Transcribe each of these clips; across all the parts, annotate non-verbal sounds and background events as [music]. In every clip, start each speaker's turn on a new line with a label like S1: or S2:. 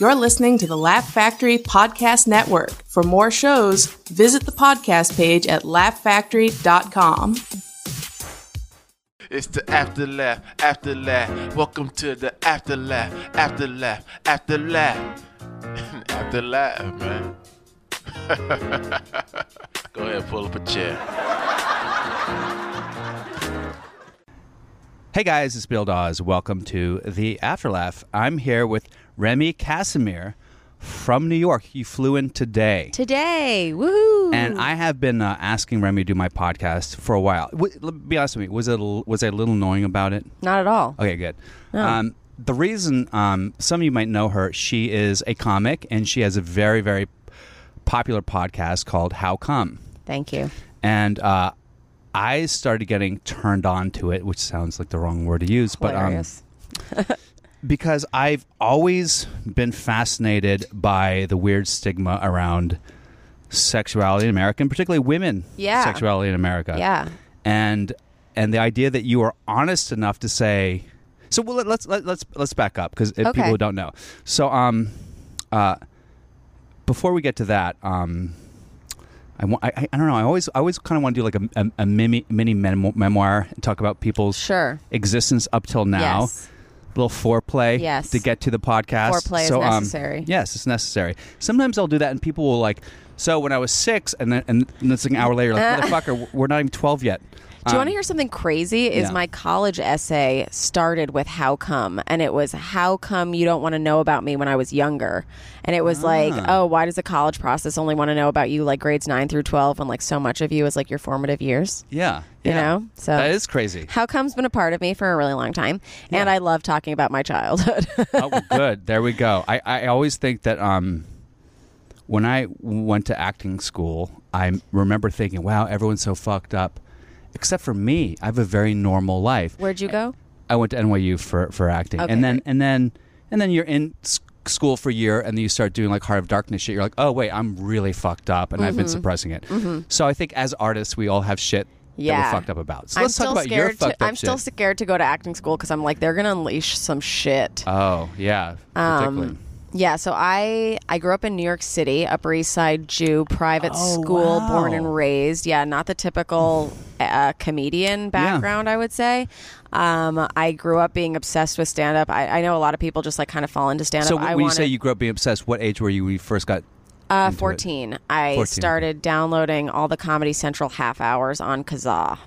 S1: You're listening to the Laugh Factory Podcast Network. For more shows, visit the podcast page at laughfactory.com.
S2: It's the after laugh, after laugh. Welcome to the after laugh, after laugh, after [laughs] laugh, after laugh, man. [laughs] Go ahead, pull up a chair.
S3: Hey guys, it's Bill Dawes. Welcome to the Afterlaugh. I'm here with Remy Casimir from New York. He flew in today.
S4: Today, woohoo!
S3: And I have been uh, asking Remy to do my podcast for a while. W- l- be honest with me, was it a l- was I a little annoying about it?
S4: not at all.
S3: Okay, good. Um, the reason um, some of you might know her, she is a comic and she has a very very popular podcast called How Come.
S4: Thank you.
S3: and uh, I started getting turned on to it, which sounds like the wrong word to use, but um,
S4: Hilarious.
S3: because I've always been fascinated by the weird stigma around sexuality in America, and particularly women,
S4: Yeah.
S3: sexuality in America,
S4: Yeah.
S3: and and the idea that you are honest enough to say. So well, let- let's let, let's let's back up because
S4: Okay.
S3: people who don't know. So um, uh, before we get to that, um, I, wa- I, I- I don't know. I always I always kind of want to do like a, a, a mini mini memo- memoir and talk about people's
S4: Sure.
S3: existence up till now.
S4: Yes.
S3: little foreplay
S4: Yes.
S3: to get to the podcast.
S4: Foreplay is
S3: so, um,
S4: necessary.
S3: yes, it's necessary. Sometimes I'll do that, and people will like. So when I was six, and then and then it's like an hour later,
S4: Uh.
S3: like motherfucker, we're not even twelve yet.
S4: Do you
S3: Um,
S4: want to hear something crazy? Is
S3: yeah.
S4: my college essay started with "How come?" and it was "How come you don't want to know about me when I was younger?" and it was like,
S3: Ah.
S4: "Oh, why does the college process only want to know about you like grades nine through twelve when like so much of you is like your formative years?"
S3: Yeah,
S4: You
S3: yeah.
S4: know, so
S3: that is crazy.
S4: How come's been a part of me for a really long time, and I love talking about my childhood. [laughs]
S3: oh, well, good. There we go. I, I always think that um, when I went to acting school, I remember thinking, "Wow, everyone's so fucked up." Except for me, I have a very normal life.
S4: Where'd you go?
S3: I went to NYU for for acting,
S4: Okay,
S3: and then
S4: great.
S3: and then and then you're in s- school for a year, and then you start doing like Heart of Darkness shit. You're like, oh wait, I'm really fucked up, and I've
S4: Mm-hmm.
S3: been suppressing it. So I think as artists, we all have shit that
S4: Yeah.
S3: we're fucked up about. So
S4: I'm
S3: let's talk
S4: still
S3: about your
S4: scared.
S3: fucked
S4: to,
S3: up
S4: I'm still
S3: shit.
S4: scared to go to acting school because I'm like they're gonna unleash some shit.
S3: oh yeah,
S4: um,
S3: particularly.
S4: Yeah, so I I grew up in New York City, Upper East Side Jew, private school,
S3: Oh, wow.
S4: born and raised. Yeah, not the typical uh, comedian background, I would say. Um, I grew up being obsessed with stand up. I, I know a lot of people just like kind of fall into stand up.
S3: So
S4: I
S3: when you say
S4: wanted-
S3: you grew up being obsessed, what age were you when you first got?
S4: uh,
S3: into it?
S4: 14. I
S3: 14.
S4: started downloading all the Comedy Central half hours on Kazaa.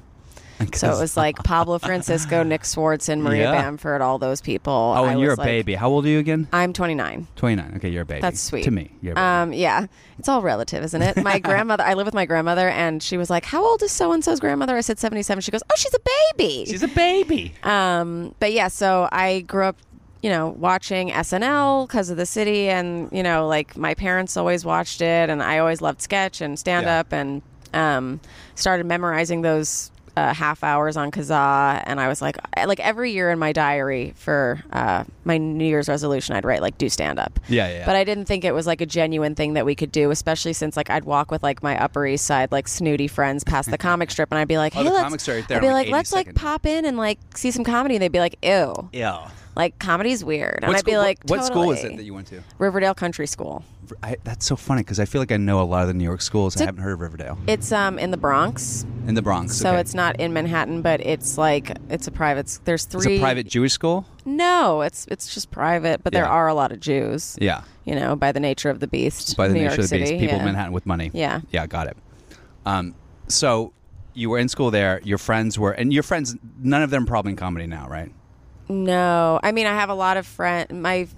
S4: So it was like Pablo Francisco, Nick Swartz, and Maria
S3: Yeah.
S4: Bamford, all those people.
S3: Oh,
S4: I
S3: and you're a
S4: was like-
S3: baby. How old are you again?
S4: I'm 29.
S3: Twenty nine. Okay, you're a baby.
S4: That's sweet.
S3: to me. You're a baby.
S4: Um, yeah, it's all relative, isn't it?
S3: [laughs]
S4: My grandmother, I live with my grandmother, and she was like, "How old is so and so's grandmother?" I said, "77." She goes, "Oh, she's a baby."
S3: She's a baby.
S4: um, but yeah, so I grew up, you know, watching SNL because of the city, and you know, like my parents always watched it, and I always loved sketch and stand up, and um, started memorizing those. Uh, half hours on Kazaa, and I was like, like every year in my diary for uh, my New Year's resolution, I'd write like do stand up.
S3: Yeah, yeah, yeah.
S4: But I didn't think it was like a genuine thing that we could do, especially since like I'd walk with like my Upper East Side like snooty friends past the comic [laughs] strip, and I'd be like,
S3: Oh,
S4: hey,
S3: the
S4: let's,
S3: comic strip right there
S4: I'd be
S3: on, like,
S4: like, let's like
S3: 82nd.
S4: pop in and like see some comedy, and they'd be like, ew,
S3: yeah.
S4: like comedy's weird, and
S3: What
S4: I'd
S3: school,
S4: be like,
S3: what, what school is it
S4: "Totally."
S3: that you went to?
S4: Riverdale Country School.
S3: I, that's so funny because I feel like I know a lot of the New York schools. I haven't heard of Riverdale
S4: It's um in the Bronx,
S3: in the Bronx.
S4: so
S3: okay.
S4: it's not in Manhattan, but it's like it's a private. s- There's
S3: It's
S4: three
S3: a private Jewish school.
S4: No, it's it's just private, but there
S3: Yeah.
S4: are a lot of Jews.
S3: Yeah,
S4: You know, by the nature of the beast.
S3: by the
S4: New
S3: nature
S4: York
S3: of the beast,
S4: City,
S3: people in
S4: yeah.
S3: Manhattan with money.
S4: Yeah.
S3: yeah, got it. Um, so you were in school there. Your friends were, and your friends, none of them probably in comedy now, right?
S4: No, I mean I have a lot of friend. My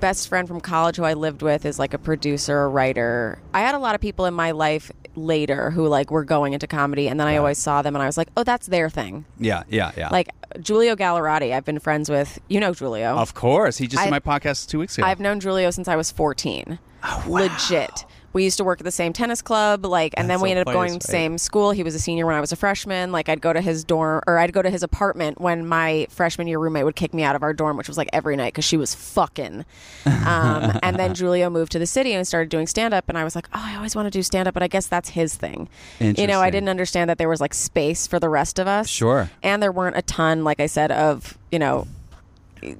S4: best friend from college, who I lived with, is like a producer, a writer. I had a lot of people in my life later who like were going into comedy, and then I always saw them, and I was like, oh, that's their thing.
S3: Yeah, yeah, yeah.
S4: Like Giulio Gallerati, I've been friends with. You know Giulio.
S3: of course, he just did
S4: I-
S3: my podcast two weeks ago.
S4: I've known Giulio since I was 14.
S3: Oh,
S4: Legit. We used to work at the same tennis club, like, and
S3: That's
S4: then we
S3: so
S4: ended up
S3: funny,
S4: going to
S3: that's
S4: the
S3: right.
S4: same school. He was a senior when I was a freshman. Like, I'd go to his dorm, or I'd go to his apartment when my freshman year roommate would kick me out of our dorm, which was like every night because she was fucking.
S3: [laughs]
S4: Um, and then Giulio moved to the city and started doing stand up, and I was like, oh, I always want to do stand up, but I guess that's his thing. You know, I
S3: Interesting.
S4: didn't understand that there was like space for the rest of us.
S3: Sure.
S4: And there weren't a ton, like I said, of you know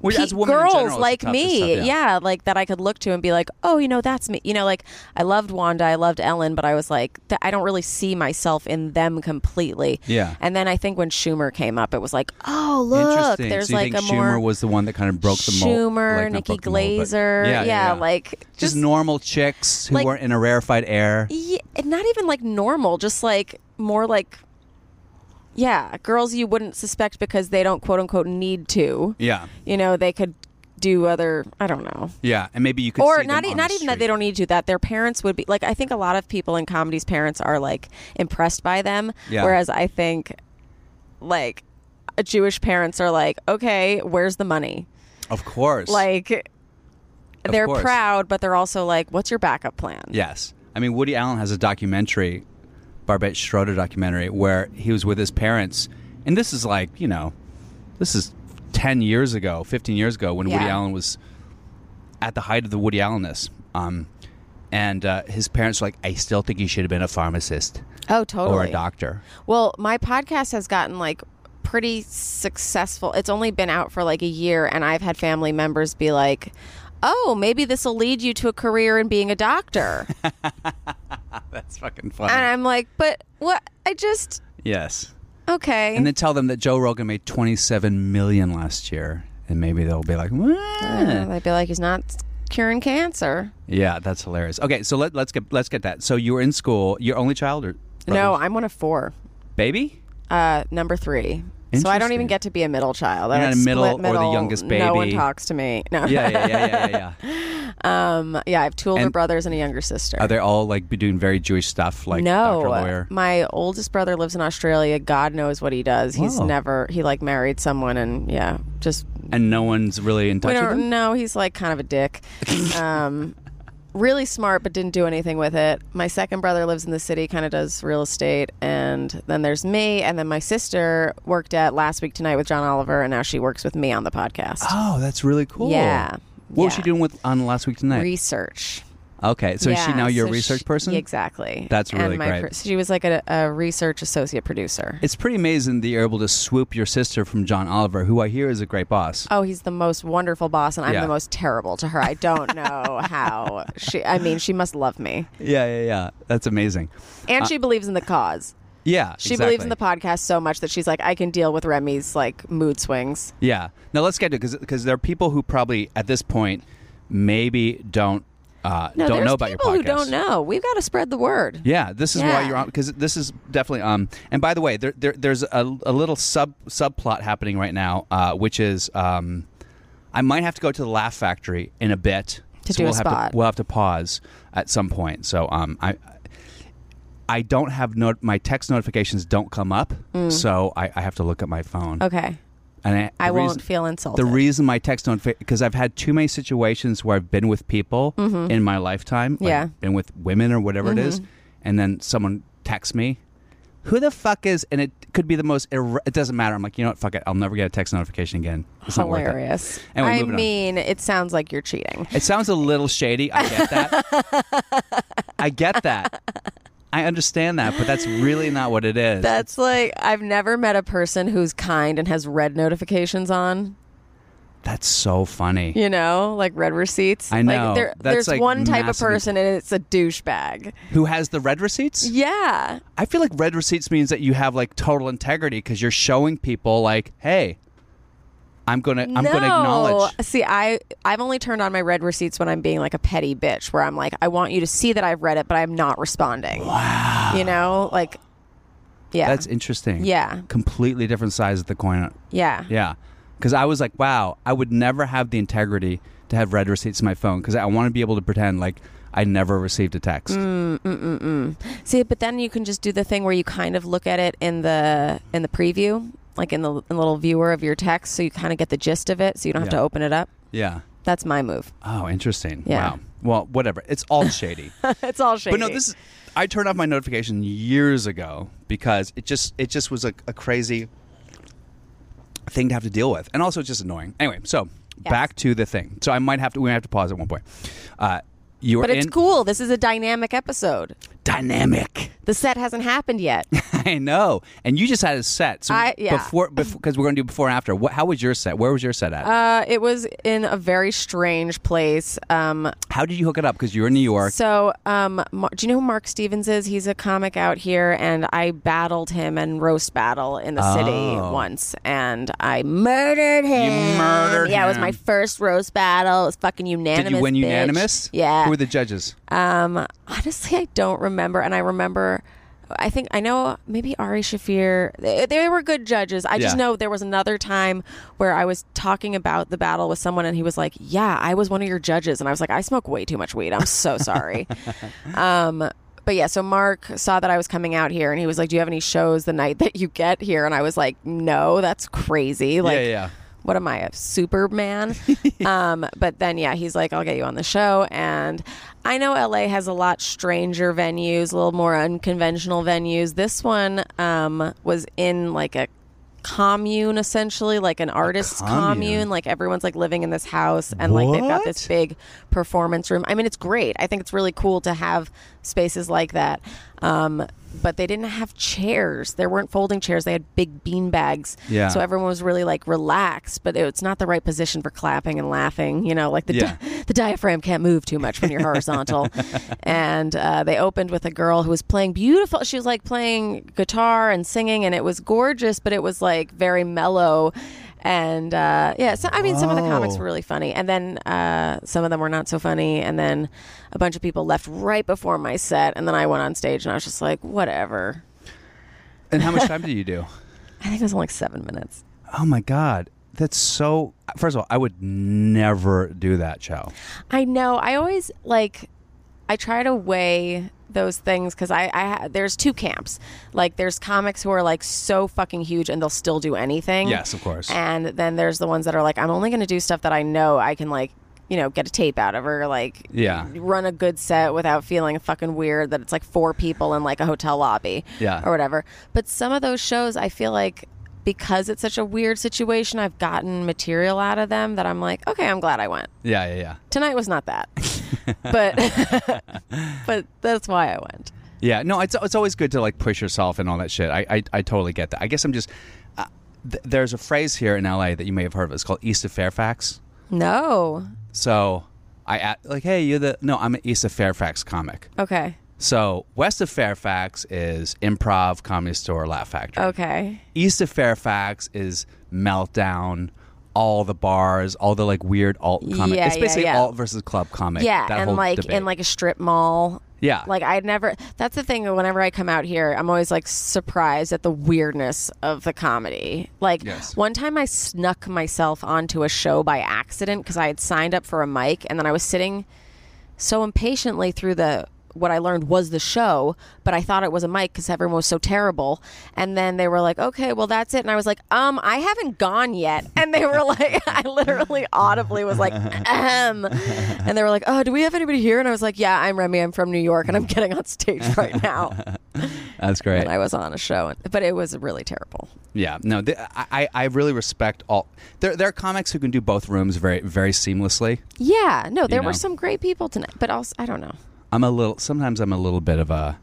S3: Well, yeah,
S4: pe-
S3: as a woman in
S4: girls
S3: general, it's
S4: like
S3: tough to
S4: me,
S3: stop- yeah.
S4: yeah. like that I could look to and be like, oh, you know, that's me. You know, like I loved Wanda, I loved Ellen, but I was like, th- I don't really see myself in them completely.
S3: Yeah.
S4: And then I think when Schumer came up, it was like, oh, look,
S3: Interesting.
S4: there's
S3: so you
S4: like
S3: think
S4: a
S3: Schumer
S4: more
S3: was the one that kind of broke the mold.
S4: Schumer,
S3: like, not broke
S4: Nikki
S3: the mold, but-
S4: Glaser,
S3: Yeah, yeah, yeah.
S4: like
S3: just, normal chicks who
S4: like-
S3: weren't in a rarefied air.
S4: Yeah, and not even like normal, just like more like, yeah, girls you wouldn't suspect because they don't quote unquote need to.
S3: Yeah,
S4: You know, they could do other. I don't know.
S3: yeah, and maybe you could
S4: Or
S3: see
S4: not,
S3: them
S4: e-
S3: on
S4: not
S3: the
S4: even that
S3: street.
S4: they don't need to. That their parents would be like. I think a lot of people in comedy's parents are like impressed by them,
S3: Yeah.
S4: whereas I think, like, Jewish parents are like, okay, where's the money?
S3: Of course,
S4: Like, they're
S3: course.
S4: proud, but they're also like, what's your backup plan?
S3: Yes. I mean, Woody Allen has a documentary, Barbette Schroeder documentary, where he was with his parents. And this is like, you know, this is 10 years ago, 15 years ago, when Woody
S4: Yeah.
S3: Allen was at the height of the Woody Allenness. Um, and uh, his parents were like, I still think you should have been a pharmacist
S4: Oh, totally.
S3: or a doctor.
S4: Well, my podcast has gotten like pretty successful. It's only been out for like a year, and I've had family members be like, Oh, maybe this will lead you to a career in being a doctor. and
S3: [laughs] That's fucking funny.
S4: I'm like, But what? I just,
S3: yes.
S4: okay.
S3: And then tell them that Joe Rogan made 27 million last year. And maybe they'll be like, "What?"
S4: Uh, they'd be like, He's not curing cancer.
S3: Yeah, that's hilarious. Okay, so let, let's get let's get that. So you were in school. Your only child or
S4: No, I'm one of four,
S3: baby?
S4: uh, number three. So I don't even
S3: Interesting.
S4: get to be a middle child.
S3: You're
S4: I'm
S3: not a
S4: split
S3: middle or the
S4: middle.
S3: youngest
S4: No one
S3: baby.
S4: talks to me. No.
S3: Yeah, yeah, yeah, yeah, yeah. yeah.
S4: um, [laughs] yeah, I have two older
S3: And-
S4: brothers and a younger sister.
S3: Are they all like be doing very Jewish stuff, like
S4: no, uh,
S3: doctor, lawyer?
S4: my oldest brother lives in Australia. God knows what he does. He's
S3: Whoa.
S4: never he like married someone and yeah, just
S3: And no one's really in
S4: we
S3: touch with
S4: don't
S3: them.
S4: know. He's like kind of
S3: [laughs]
S4: a dick. um, really smart, but didn't do anything with it. My second brother lives in the city, kind of does real estate, and then there's me, and then my sister worked at Last Week Tonight with John Oliver, and now she works with me on the podcast.
S3: Oh, that's really cool.
S4: Yeah,
S3: What was
S4: yeah.
S3: she doing with on last week tonight?
S4: Research.
S3: okay, so is she
S4: Yeah,
S3: now your
S4: so
S3: research
S4: she-
S3: person.
S4: Exactly.
S3: That's
S4: And
S3: really
S4: my
S3: great.
S4: pro- she was like a, a research associate producer.
S3: It's pretty amazing that you're able to swoop your sister from John Oliver, who I hear is a great boss.
S4: Oh, he's the most wonderful boss, and I'm
S3: Yeah.
S4: the most terrible to her. I don't
S3: [laughs]
S4: know how she. I mean, she must love me,
S3: Yeah, yeah, yeah. That's amazing.
S4: and
S3: Uh,
S4: she believes in the cause.
S3: Yeah,
S4: She believes in
S3: exactly.
S4: the podcast so much that she's like, I can deal with Remy's like mood swings.
S3: Yeah. Now let's get to because because there are people who probably at this point maybe don't uh,
S4: No,
S3: don't
S4: there's
S3: know about your
S4: people
S3: podcast.
S4: who don't know. We've got to spread the word.
S3: Yeah, this is why
S4: Yeah.
S3: you're on because this is definitely um. And by the way, there, there there's a, a little sub subplot happening right now, uh, which is um, I might have to go to the Laugh Factory in a bit
S4: To
S3: so
S4: do a
S3: we'll have
S4: spot.
S3: To, we'll have to pause at some point. So um, I I don't have no my text notifications don't come up,
S4: Mm.
S3: so I, I have to look at my phone.
S4: Okay,
S3: And I,
S4: I
S3: the
S4: won't
S3: reason-
S4: feel insulted.
S3: The reason my text don't because I've had too many situations where I've been with people in my lifetime, like
S4: Mm-hmm. Yeah. Mm-hmm.
S3: been with women or whatever it is, and then someone texts me, "Who the fuck is?" And it could be the most. Irre- it doesn't matter. I'm like, you know what? Fuck it. I'll never get a text notification again. It's not worth it.
S4: Hilarious.
S3: Anyway,
S4: I
S3: moving on.
S4: mean, it sounds like you're cheating.
S3: It sounds a little shady. I get that.
S4: [laughs]
S3: I get that. I understand that, but that's really not what it is.
S4: That's like I've never met a person who's kind and has red notifications on.
S3: That's so funny.
S4: You know, like red receipts.
S3: I know.
S4: Like there,
S3: That's,
S4: there's
S3: like,
S4: one type of
S3: massively-
S4: person, and it's a douchebag.
S3: Who has the red receipts?
S4: Yeah.
S3: I feel like red receipts means that you have like total integrity because you're showing people like, hey, I'm gonna I'm gonna acknowledge.
S4: See, I I've only turned on my red receipts when I'm being like a petty bitch, where I'm like, I want you to see that I've read it, but I'm not responding. Wow. You know, like, yeah,
S3: That's interesting.
S4: yeah,
S3: completely different sides of the coin.
S4: yeah,
S3: Yeah, because I was like, wow, I would never have the integrity to have red receipts in my phone because I want to be able to pretend like I never received a text.
S4: Mm. See, but then you can just do the thing where you kind of look at it in the in the preview, like in the, in the little viewer of your text, so you kind of get the gist of it, so you don't have
S3: Yeah.
S4: to open it up.
S3: Yeah.
S4: That's
S3: [laughs]
S4: my move.
S3: Oh, interesting.
S4: Yeah.
S3: Wow. Well, whatever. It's all shady.
S4: it's all shady.
S3: But no, this is. I turned off my notification years ago because it just it just was a, a crazy thing to have to deal with, and also just annoying. Anyway, so
S4: Yes.
S3: back to the thing. So I might have to we might have to pause at one point. Uh, you were
S4: But it's
S3: in
S4: cool. This is a dynamic episode.
S3: dynamic. [laughs]
S4: The set hasn't happened yet.
S3: I know. And you just had a set. So
S4: I- yeah.
S3: before because we're going to do before and after. What, how was your set? Where was your set at?
S4: Uh, it was in a very strange place. Um,
S3: how did you hook it up? Because you were in New York.
S4: so, um, Mar- do you know who Mark Stevens is? He's a comic out here, and I battled him and roast battle in the
S3: Oh.
S4: city once, and I murdered him.
S3: murdered
S4: Yeah, it was
S3: him.
S4: my first roast battle. It was fucking unanimous.
S3: did you win
S4: bitch.
S3: unanimous?
S4: Yeah.
S3: Who were the judges?
S4: Um, honestly, I don't remember, and I remember. I think I know maybe Ari Shafir. They, they were good judges. I just
S3: Yeah.
S4: know there was another time where I was talking about the battle with someone, and he was like, "Yeah, I was one of your judges," and I was like, "I smoke way too much weed.
S3: [laughs]
S4: I'm so sorry." um, but yeah, so Mark saw that I was coming out here, and he was like, "Do you have any shows the night that you get here?" And I was like, "No, that's crazy." Like,
S3: yeah, yeah.
S4: what am I,
S3: [laughs]
S4: a Superman? um, but then, yeah, he's like, I'll get you on the show. And I know LA has a lot stranger venues, a little more unconventional venues. This one um, was in like a commune, essentially, like an artist
S3: commune?
S4: commune. Like everyone's like living in this house and like they've got this
S3: What?
S4: big performance room. I mean, it's great. I think it's really cool to have spaces like that. Um, but they didn't have chairs. There weren't folding chairs. They had big bean bags.
S3: Yeah.
S4: So everyone was really like relaxed, but it's not the right position for clapping and laughing. You know, like the di-
S3: Yeah.
S4: the diaphragm can't move too much when
S3: [laughs]
S4: you're horizontal. and uh, they opened with a girl who was playing beautiful. She was like playing guitar and singing, and it was gorgeous, but it was like very mellow. And uh, yeah, so I mean, some of the comics
S3: Whoa.
S4: were really funny, and then uh, some of them were not so funny, and then a bunch of people left right before my set, and then I went on stage, and I was just like, whatever.
S3: And how much time did you
S4: [laughs]
S3: do?
S4: I think it was only like seven minutes.
S3: Oh my God. That's so. First of all, I would never do that show.
S4: I know. I always like. I try to weigh those things because I, I ha- there's two camps. Like there's comics who are like so fucking huge and they'll still do anything.
S3: Yes, of course.
S4: And then there's the ones that are like, I'm only going to do stuff that I know I can like, you know, get a tape out of or like,
S3: Yeah.
S4: run a good set without feeling fucking weird that it's like four people in like a hotel lobby
S3: Yeah.
S4: or whatever. But some of those shows, I feel like because it's such a weird situation, I've gotten material out of them that I'm like, okay, I'm glad I went
S3: Yeah, yeah, yeah.
S4: tonight was
S3: [laughs]
S4: not that but [laughs] but that's why i went
S3: Yeah, no, it's, it's always good to like push yourself and all that shit. I I, I totally get that. I guess I'm just uh, th- there's a phrase here in LA that you may have heard of. It's called East of Fairfax.
S4: no
S3: So I at, like, hey, you're the no, I'm an East of Fairfax comic.
S4: okay
S3: So west of Fairfax is improv, comedy store, laugh factory.
S4: okay
S3: East of Fairfax is meltdown. All the bars, all the like weird alt comic.
S4: Yeah,
S3: it's
S4: yeah,
S3: basically
S4: yeah.
S3: alt versus club comic.
S4: yeah
S3: that
S4: and
S3: whole
S4: like
S3: debate.
S4: in like a strip mall
S3: yeah,
S4: like i'd never that's the thing whenever i come out here i'm always like surprised at the weirdness of the comedy like
S3: Yes.
S4: one time i snuck myself onto a show by accident because i had signed up for a mic and then i was sitting so impatiently through the what I learned was the show, but I thought it was a mic because everyone was so terrible. And then they were like, "Okay, well that's it." And I was like, "Um, I haven't gone yet." And they were [laughs] like, I literally audibly was like, "Um," and they were like, "Oh, do we have anybody here?" And I was like, "Yeah, I'm Remy. I'm from New York, and I'm getting on stage [laughs] right now."
S3: that's great.
S4: And I was on a show, but it was really terrible.
S3: Yeah, no, th I, I I really respect all. There, there are comics who can do both rooms very, very seamlessly.
S4: Yeah, no, there
S3: know.
S4: were some great people tonight, but also I don't know.
S3: I'm a little. Sometimes I'm a little bit of a.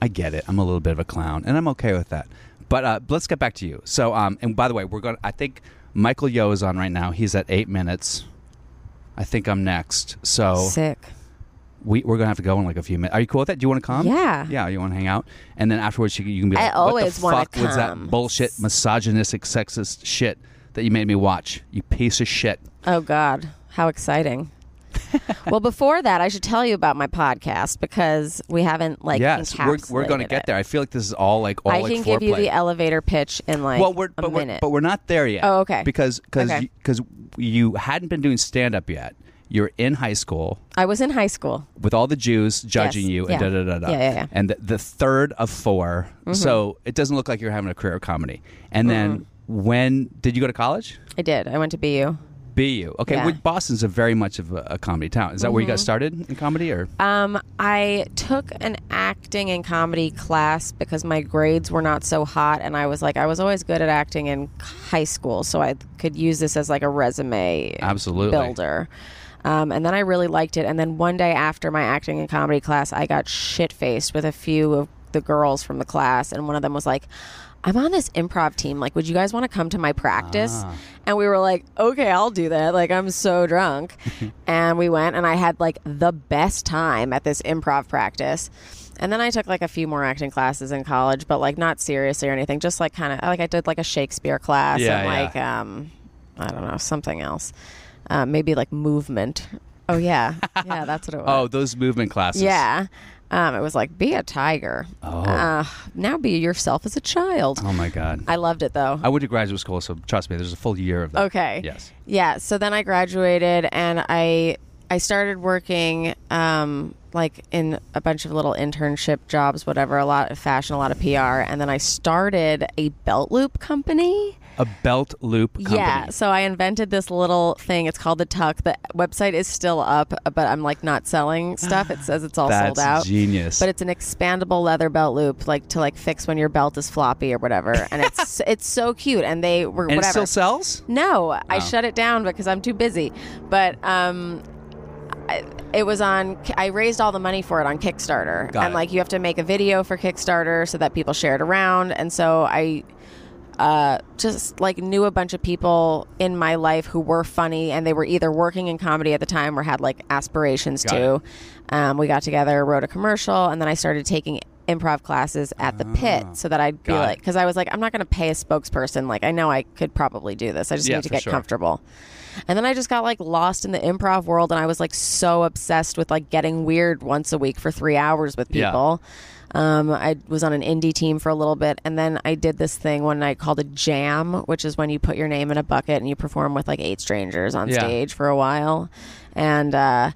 S3: I get it. I'm a little bit of a clown, and I'm okay with that. But uh, let's get back to you. So, um, and by the way, we're going. to I think Michael Yo is on right now. He's at eight minutes. I think I'm next. So
S4: Sick.
S3: we, we're gonna have to go in like a few minutes. Are you cool with that? Do you want to come?
S4: Yeah.
S3: Yeah. You want to hang out, and then afterwards you, can- you can be
S4: I
S3: like,
S4: always
S3: "What the
S4: wanna
S3: fuck was that
S4: come."
S3: bullshit, misogynistic, sexist shit that you made me watch? You piece of shit."
S4: Oh God, how exciting! well, before that, I should tell you about my podcast because we haven't like
S3: yes, we're, we're going to
S4: encapsulated
S3: get
S4: it.
S3: there. I feel like this is all like all
S4: I
S3: like
S4: can give you
S3: foreplay.
S4: the elevator pitch in like
S3: well, we're
S4: a
S3: but we're,
S4: minute.
S3: but we're not there yet.
S4: Oh, okay.
S3: Because because
S4: Okay.
S3: because you hadn't been doing stand up yet. You're in high school
S4: I was in high school.
S3: with all the Jews judging
S4: Yes,
S3: you and da
S4: yeah.
S3: da da da.
S4: Yeah, yeah, Mm-hmm. yeah.
S3: And the, the third of 4 so it doesn't look like you're having a career of comedy. And then when did you go to college?
S4: I did. I went to BU.
S3: BU. Okay,
S4: Yeah. Mm-hmm.
S3: which Boston's a very much of a, a comedy town. Is that where you got started in comedy or?
S4: Um, I took an acting and comedy class because my grades were not so hot, and I was like, I was always good at acting in high school, so I could use this as like a resume
S3: Absolutely.
S4: builder. Um, and then I really liked it. And then one day after my acting and comedy class, I got shit faced with a few of the girls from the class. And one of them was like, I'm on this improv team. Like, would you guys want to come to my practice?
S3: Ah.
S4: And we were like, okay, I'll do that. Like, I'm
S3: [laughs]
S4: so drunk. and we went, and I had like the best time at this improv practice. And then I took like a few more acting classes in college, but like not seriously or anything. Just like kind of like I did like a Shakespeare class
S3: Yeah,
S4: and
S3: yeah.
S4: like um, I don't know something else, uh, maybe like movement. Oh yeah, [laughs] yeah, that's what it was.
S3: Oh, those movement classes.
S4: Yeah. Um, it was like, be a tiger. Oh. Uh, now be yourself as a child.
S3: Oh my God. I,
S4: I loved it though.
S3: went to graduate school, so trust me, there's a full year of that.
S4: Okay.
S3: Yes.
S4: Yeah. So then I graduated and I I started working um, like in a bunch of little internship jobs, whatever, a lot of fashion, a lot of PR, and then I started a belt loop company.
S3: A belt loop company.
S4: Yeah. So I invented this little thing. It's called the Tuck. The website is still up, but I'm like not selling stuff. It
S3: [sighs]
S4: says it's all sold
S3: That's
S4: out.
S3: genius.
S4: But it's an expandable leather belt loop, like to like fix when your belt is floppy or whatever. And it's [laughs] it's so cute. And they were
S3: and
S4: whatever.
S3: it still sells?
S4: No, I shut it down because I'm too busy. But um, I, it was on. I raised all the money for it on Kickstarter,
S3: Got
S4: and
S3: it.
S4: like you have to make a video for Kickstarter so that people share it around. And so I uh, just like knew a bunch of people in my life who were funny, and they were either working in comedy at the time or had like aspirations
S3: Got
S4: to. Um, we got together, wrote a commercial, and then I started taking improv classes at the pit so that I'd be
S3: Ah, Got it.
S4: like, because I was like, I'm not going to pay a spokesperson. Like, I know I could probably do this. I just
S3: Yeah,
S4: need to
S3: for
S4: get
S3: sure.
S4: comfortable. And then I just got like lost in the improv world, and I was like so obsessed with like getting weird once a week for three hours with
S3: Yeah.
S4: people. Um, I was on an indie team for a little bit, and then I did this thing one night called a jam, which is when you put your name in a bucket and you perform with like eight strangers on
S3: Yeah.
S4: stage for a while. And uh,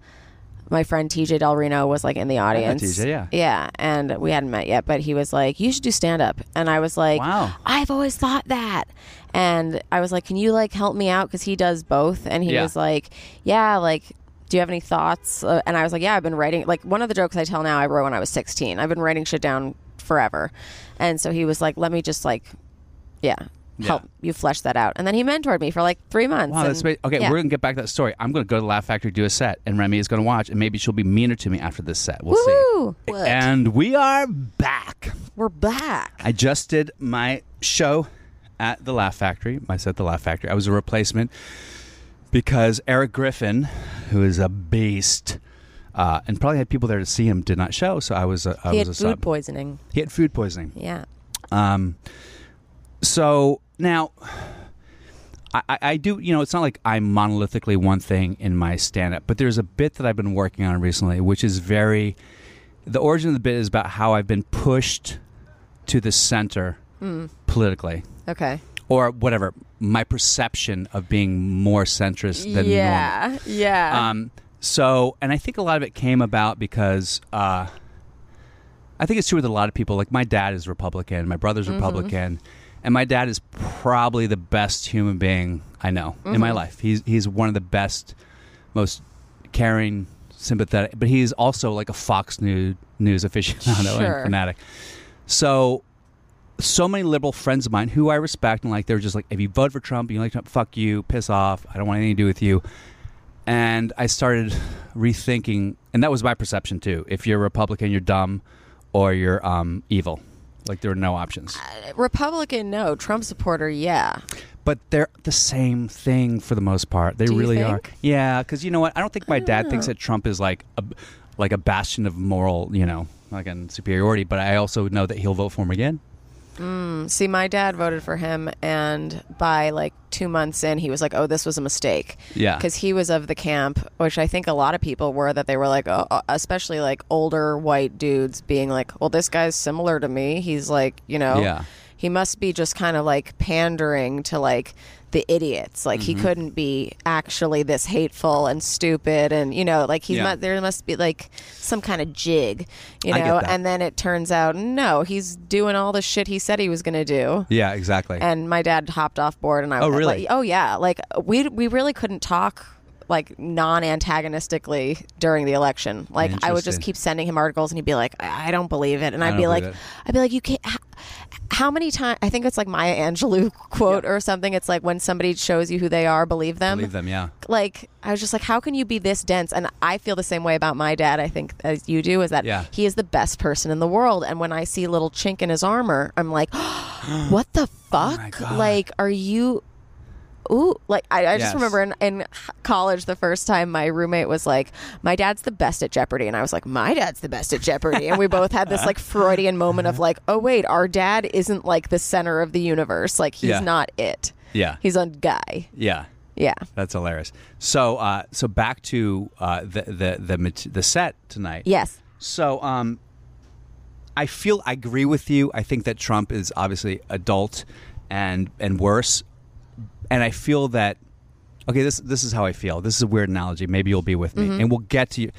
S4: my friend TJ Del Reno was like in the audience.
S3: TJ, yeah.
S4: Yeah, and we hadn't met yet, but he was like, "You should do stand up," and I was like,
S3: Wow.
S4: I've always thought that," and I was like, "Can you like help me out?" Because he does both, and he
S3: Yeah.
S4: was like, "Yeah, like." Do you have any thoughts? Uh, and I was like, yeah, I've been writing. Like, one of the jokes I tell now, I wrote when I was 16. I've been writing shit down forever. And so he was like, let me just, like, yeah, help you flesh that out. And then he mentored me for like three months.
S3: Wow, that's
S4: and-
S3: great. Okay,
S4: yeah.
S3: we're gonna get back to that story. I'm gonna go to the Laugh Factory, do a set, and Remy is gonna watch, and maybe she'll be meaner to me after this set. We'll
S4: Woohoo!
S3: see. And we are back.
S4: We're back.
S3: I just did my show at the Laugh Factory. My set, at the Laugh Factory. I was a replacement because Eric Griffin, who is a beast, uh, and probably had people there to see him, did not show. So I was a, I
S4: He
S3: was a
S4: had food
S3: sub.
S4: poisoning.
S3: he had food poisoning.
S4: Yeah.
S3: Um, so now, I, I- I do, you know, it's not like I'm monolithically one thing in my stand up, but there's a bit that I've been working on recently, which is very. The origin of the bit is about how I've been pushed to the center politically,
S4: Okay.
S3: or whatever, my perception of being more centrist than normal.
S4: yeah. Yeah.
S3: Um, so, and I think a lot of it came about because uh, I think it's true with a lot of people. Like my dad is Republican, my brother's Republican, and my dad is probably the best human being I know in my life. He's he's one of the best, most caring, sympathetic, but he's also like a Fox News news [laughs] aficionado
S4: Sure.
S3: and fanatic. So so many liberal friends of mine who I respect and like, they're just like, if you vote for Trump, you like Trump, fuck you, piss off. I don't want anything to do with you. And I started rethinking, and that was my perception too. If you're a Republican, you're dumb or you're um, evil. Like there are no options,
S4: Republican, no. Trump supporter, yeah.
S3: but they're the same thing for the most part. They
S4: Do you
S3: really are.
S4: think? Oh.
S3: Yeah, because you know what? I don't think my dad thinks that Trump is like a like a bastion of moral, you know, like in superiority. But I also know that he'll vote for him again.
S4: Um, See, my dad voted for him, and by like two months in, he was like, "Oh, this was a mistake."
S3: Yeah.
S4: because he was of the camp, which I think a lot of people were that they were like, oh, uh, especially like older white dudes, being like, "Well, this guy's similar to me. He's like, you know,
S3: Yeah.
S4: he must be just kind of like pandering to like the idiots. Like
S3: Mm-hmm.
S4: he couldn't be actually this hateful and stupid, and you know, like he's
S3: Yeah.
S4: not. There must be like some kind of jig, you
S3: I get
S4: know.
S3: that.
S4: And then it turns out, no, he's doing all the shit he said he was going to do
S3: Yeah, exactly.
S4: and my dad hopped off board and I
S3: Oh,
S4: like,
S3: really?
S4: oh yeah like we we really couldn't talk like non-antagonistically during the election like I would just
S3: Interesting.
S4: keep sending him articles and he'd be like I I don't believe it and I'd
S3: don't
S4: be like
S3: believe it.
S4: I'd be like you can't how many times I think it's like Maya Angelou [laughs] quote or something. It's like when somebody shows you who they are, believe them.
S3: Believe them, yeah.
S4: Like I was just like, how can you be this dense? And I feel the same way about my dad. I think as you do is that
S3: Yeah.
S4: he is the best person in the world. And when I see a little chink in his armor, I'm like, what the fuck?
S3: Oh God.
S4: like, are you? Ooh, like I, I
S3: Yes.
S4: just remember in, in college the first time my roommate was like, "My dad's the best at Jeopardy," and I was like, "My dad's the best at Jeopardy," and we both had this
S3: [laughs]
S4: like Freudian moment of like, "Oh wait, our dad isn't like the center of the universe. Like he's
S3: Yeah.
S4: not it.
S3: Yeah.
S4: He's a guy.
S3: yeah.
S4: Yeah,
S3: That's hilarious. So, uh, so back to uh, the the the mat- the set tonight.
S4: yes,
S3: So, um, I feel I agree with you. I think that Trump is obviously adult and and worse. And I feel that okay, this this is how I feel. This is a weird analogy. Maybe you'll be with me, and we'll get to you.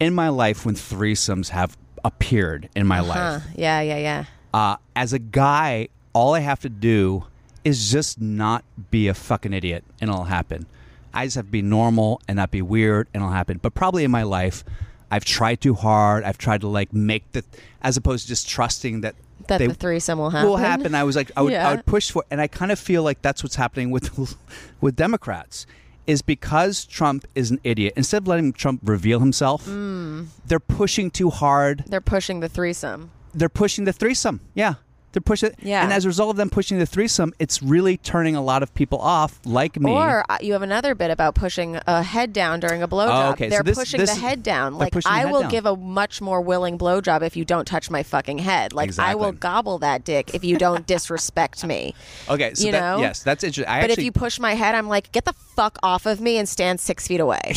S3: In my life, when threesomes have appeared in my
S4: huh?
S3: life,
S4: Yeah, yeah, yeah.
S3: uh, as a guy, all I have to do is just not be a fucking idiot, and it'll happen. I just have to be normal and not be weird, and it'll happen. But probably in my life, I've tried too hard. I've tried to like make the, as opposed to just trusting that
S4: That
S3: they-
S4: the threesome will happen.
S3: will happen. I was like, I would,
S4: Yeah.
S3: I would push for, it. and I kind of feel like that's what's happening with, [laughs] with Democrats, is because Trump is an idiot. Instead of letting Trump reveal himself,
S4: Mm.
S3: they're pushing too hard
S4: They're pushing the threesome.
S3: they're pushing the threesome. Yeah. They're pushing
S4: Yeah.
S3: And as a result of them pushing the threesome, it's really turning a lot of people off, like me.
S4: Or uh, you have another bit about pushing a head down during a blowjob.
S3: Oh, okay. So
S4: They're
S3: this-
S4: pushing
S3: this-
S4: the head down.
S3: they're
S4: Like
S3: pushing the
S4: I
S3: head
S4: will
S3: down.
S4: give a much more willing blowjob if you don't touch my fucking head. Like I will
S3: Exactly.
S4: gobble that dick if you don't
S3: [laughs]
S4: disrespect me.
S3: okay, so
S4: you
S3: that,
S4: know?
S3: yes, that's interesting. I
S4: But
S3: actually,
S4: if you push my head, I'm like, get the fuck off of me and stand six
S3: [laughs]
S4: feet away.